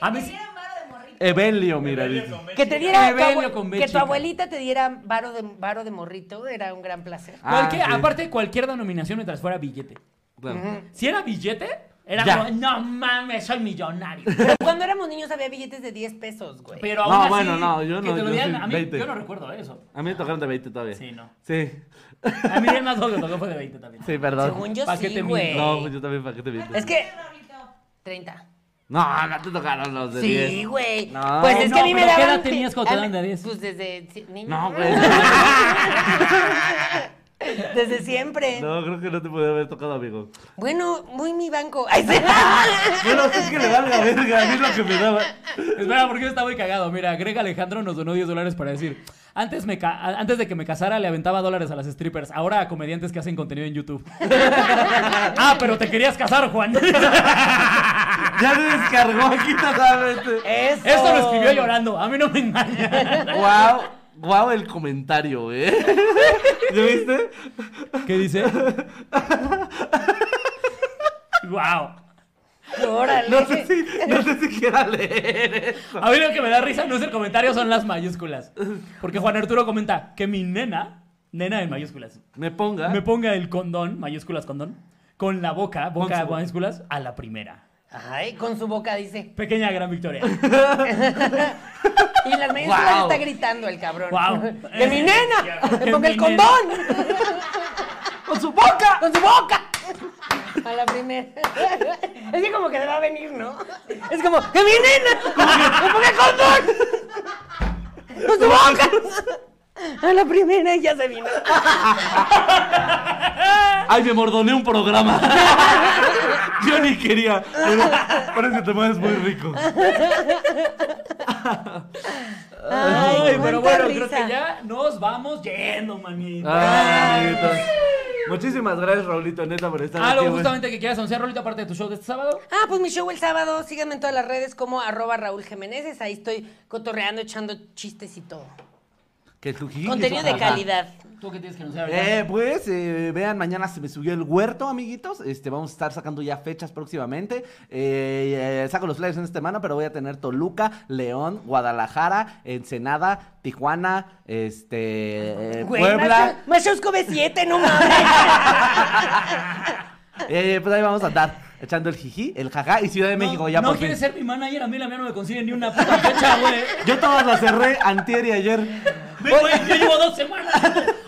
A mí
Me
sí-
dieron varo de morrito.
Evelio, mira, dice.
Que te diera tu,
Rebelio
abue-
con B
que tu
chica.
abuelita te diera varo de, varo de morrito era un gran placer.
Ah,
Cualquier-
sí.
Aparte, cualquier denominación mientras fuera billete.
Claro.
Si era billete, era
Ya.
como, no mames, soy millonario.
Pero cuando éramos niños había billetes de 10 pesos, güey.
Pero aún
No,
así,
bueno, no, yo
que
no,
te lo
yo
dieran,
soy
a mí,
20.
yo no recuerdo eso.
A mí me tocaron de 20 todavía.
Sí, no.
Sí.
A mí el más bajo que tocó fue de 20 también.
Sí, perdón.
Según yo
¿Pa' qué
sí,
te
güey.
No, pues yo también, ¿para qué te miento?
Es que
Raulito.
30.
No, no te tocaron los de 10.
Sí, güey.
No.
Pues es
No,
que a mí me
pero ¿qué
daban...
edad tenías cuando te
a mí-
daban de 10?
Pues desde si- niño.
No, güey.
Desde siempre.
No, creo que no te podía haber tocado, amigo.
Bueno, muy mi banco. Ay, sí.
Bueno, es que le valga verga, a mí lo que me daba.
Espera, porque está muy cagado. Mira, Greg Alejandro nos donó 10 dólares para decir. Antes, me ca- a- antes de que me casara, le aventaba dólares a las strippers. Ahora a comediantes que hacen contenido en YouTube. ah, pero te querías casar, Juan.
Ya se descargó aquí totalmente.
Eso.
Esto lo
Oh.
escribió llorando. A mí no me engaña.
Wow, wow el comentario, eh. ¿Ya viste?
¿Qué dice? wow.
Órale.
No sé si, no sé si quiera leer. ¿eh?
A mí lo que me da risa no es el comentario, son las mayúsculas. Porque Juan Arturo comenta que mi nena, nena en mayúsculas,
Me ponga.
me ponga el condón, mayúsculas condón, con la boca, boca
su-
mayúsculas, a la primera.
Ay, con su boca dice.
Pequeña gran victoria.
Y las mayúsculas
Guau.
está gritando el cabrón.
Guau.
¡De mi nena!
Que
¡Le ponga
mi
el
nena.
condón!
¡Con su boca!
¡Con su boca! A la primera. Es que como que se va a venir, ¿no? Es como, ¡que mi nena! ¡Le ponga el condón! ¡Con su boca! A la primera y ya se vino.
¡Ay, me mordoné un programa! Yo ni quería. Pero parece que te mueves muy rico.
Ay, pero bueno,
cuánta
creo
risa.
que ya nos vamos yendo, manito.
Ah, Ay, amiguitos. Muchísimas gracias, Raulito, neta, por estar aquí.
Algo
güey.
justamente que quieras anunciar, Rolito, aparte de tu show de este sábado.
Ah, pues mi show el sábado, síganme en todas las redes como arroba Raúl Jiménez, ahí estoy cotorreando, echando chistes y todo.
Que tu jiji,
Contenido de
ajá.
calidad.
Tú que tienes que anunciar ahorita.
Eh, pues, eh, vean, mañana se me subió el huerto, amiguitos. Este, vamos a estar sacando ya fechas próximamente. Eh, eh, saco los flyers en esta semana, pero voy a tener Toluca, León, Guadalajara, Ensenada, Tijuana, este, eh,
Güey,
Puebla.
más- Más shows como 7, no mames.
Eh, pues ahí vamos a andar echando el jiji, el jaja y Ciudad de México
no,
ya
no
por fin.
quieres ser mi manager, a mí la mía no me consigue ni una puta fecha, güey.
Yo todas las cerré antier y ayer.
Ve, güey, Yo llevo dos semanas.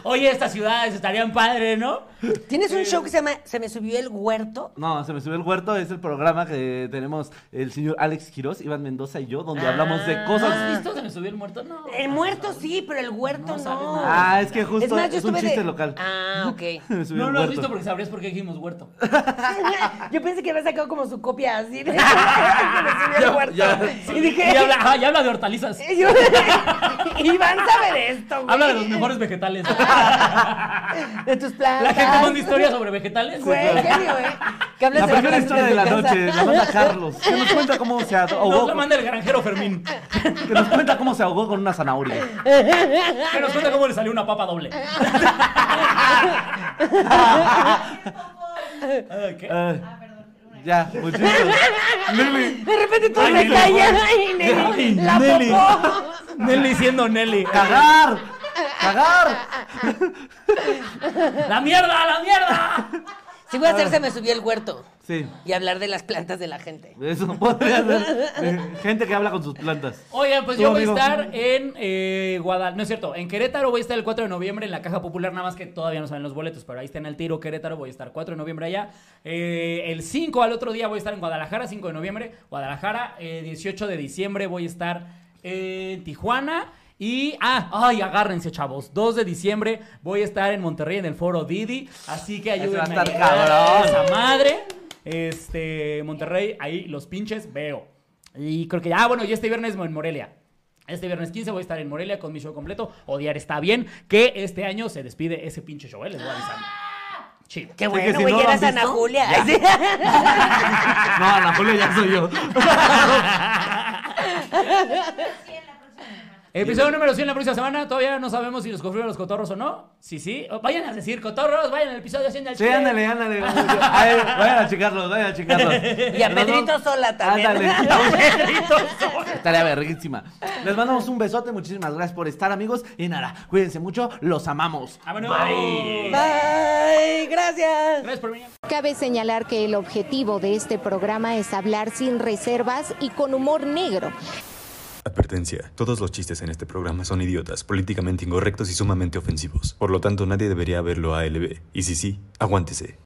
Oye, estas ciudades estarían padre, ¿no?
Tienes un show que se llama Se me subió el huerto.
No, se me subió el huerto, es el programa que tenemos el señor Alex Quiroz, Iván Mendoza y yo, donde hablamos de
¿Has
cosas.
visto? Se me subió el muerto. No.
El muerto sí, pero el huerto
No
no.
sabes nada.
Ah, es que justo
Es más, yo
es un
estuve de-
chiste local.
Ah, ok.
Me subí
No
al
lo has
huerto.
visto porque sabrías por qué dijimos huerto.
Yo pensé que había sacado como su copia así. de- Se me subió el huerto. Y
Y
dije.
habla, ajá, y habla de hortalizas.
y yo- Iván sabe de esto, güey.
Habla de los mejores vegetales.
Ah, De tus plantas.
La gente manda historias sobre vegetales.
Güey, genio, ¿eh? Que hables
La
de
primera
plantas
historia de
tu
la
casa.
noche la manda Carlos, que nos cuenta cómo se
Nos la
ahogó,
manda el granjero Fermín.
que nos cuenta cómo se ahogó con una zanahoria.
Que nos cuenta cómo le salió una papa doble. Ah, ¿qué?
Eh,
Ah, perdón. una-
ya, pues muchísimas. Lili,
De repente tú
Ay,
me
Nelly.
callas. Ay,
Ay,
Nelly. La
Nelly.
popó.
Nelly diciendo Nelly.
cagar, cagar.
¡La mierda, la mierda!
Si voy a
Ah.
hacer, se me subió el huerto.
Sí,
Y hablar de las plantas de la gente.
eso podría ser. eh, Gente que habla con sus plantas.
Oigan, pues
Tú,
yo voy
amigo.
a estar en eh, Guadal- no es cierto, en Querétaro voy a estar el 4 de noviembre en la Caja Popular, nada más que todavía no salen los boletos, pero ahí está en el tiro Querétaro, voy a estar 4 de noviembre allá. Eh, el 5 al otro día voy a estar en Guadalajara, 5 de noviembre, Guadalajara, eh, 18 de diciembre voy a estar en Tijuana. Y, ah, ay, agárrense, chavos. 2 de diciembre voy a estar en Monterrey en el foro Didi. Así que
Ese va a
ayúdenme.
estar cabrón.
Esa madre. Este, Monterrey, ahí los pinches veo. Y creo que ya, ah, bueno, y este viernes en Morelia. Este viernes 15 voy a estar en Morelia con mi show completo. Odiar está bien, que este año se despide ese pinche show, eh, les voy avisando. Chido.
Qué
que
bueno,
si
güey,
no lo
eras
han
Ana
visto,
Julia.
ya.
Ay, sí.
No, Ana Julia ya soy yo.
Episodio número 100 la próxima semana. Todavía no sabemos si los cofrió los cotorros o no. Sí, sí. O vayan a decir cotorros, vayan al episodio 100 del
Sí, ándale, ándale. Ay, vayan a checarlos, vayan a checarlos.
Y a
Nos vemos.
Pedrito Sola también.
Ándale. Tarea verguísima. Les mandamos un besote, muchísimas gracias por estar, amigos. Y nada, cuídense mucho, los amamos.
¡Vámonos!
Bye, gracias.
Gracias por venir.
Cabe señalar que el objetivo de este programa es hablar sin reservas y con humor negro.
Advertencia, todos los chistes en este programa son idiotas, políticamente incorrectos y sumamente ofensivos. Por lo tanto, nadie debería verlo a ALB. Y si sí, aguántese.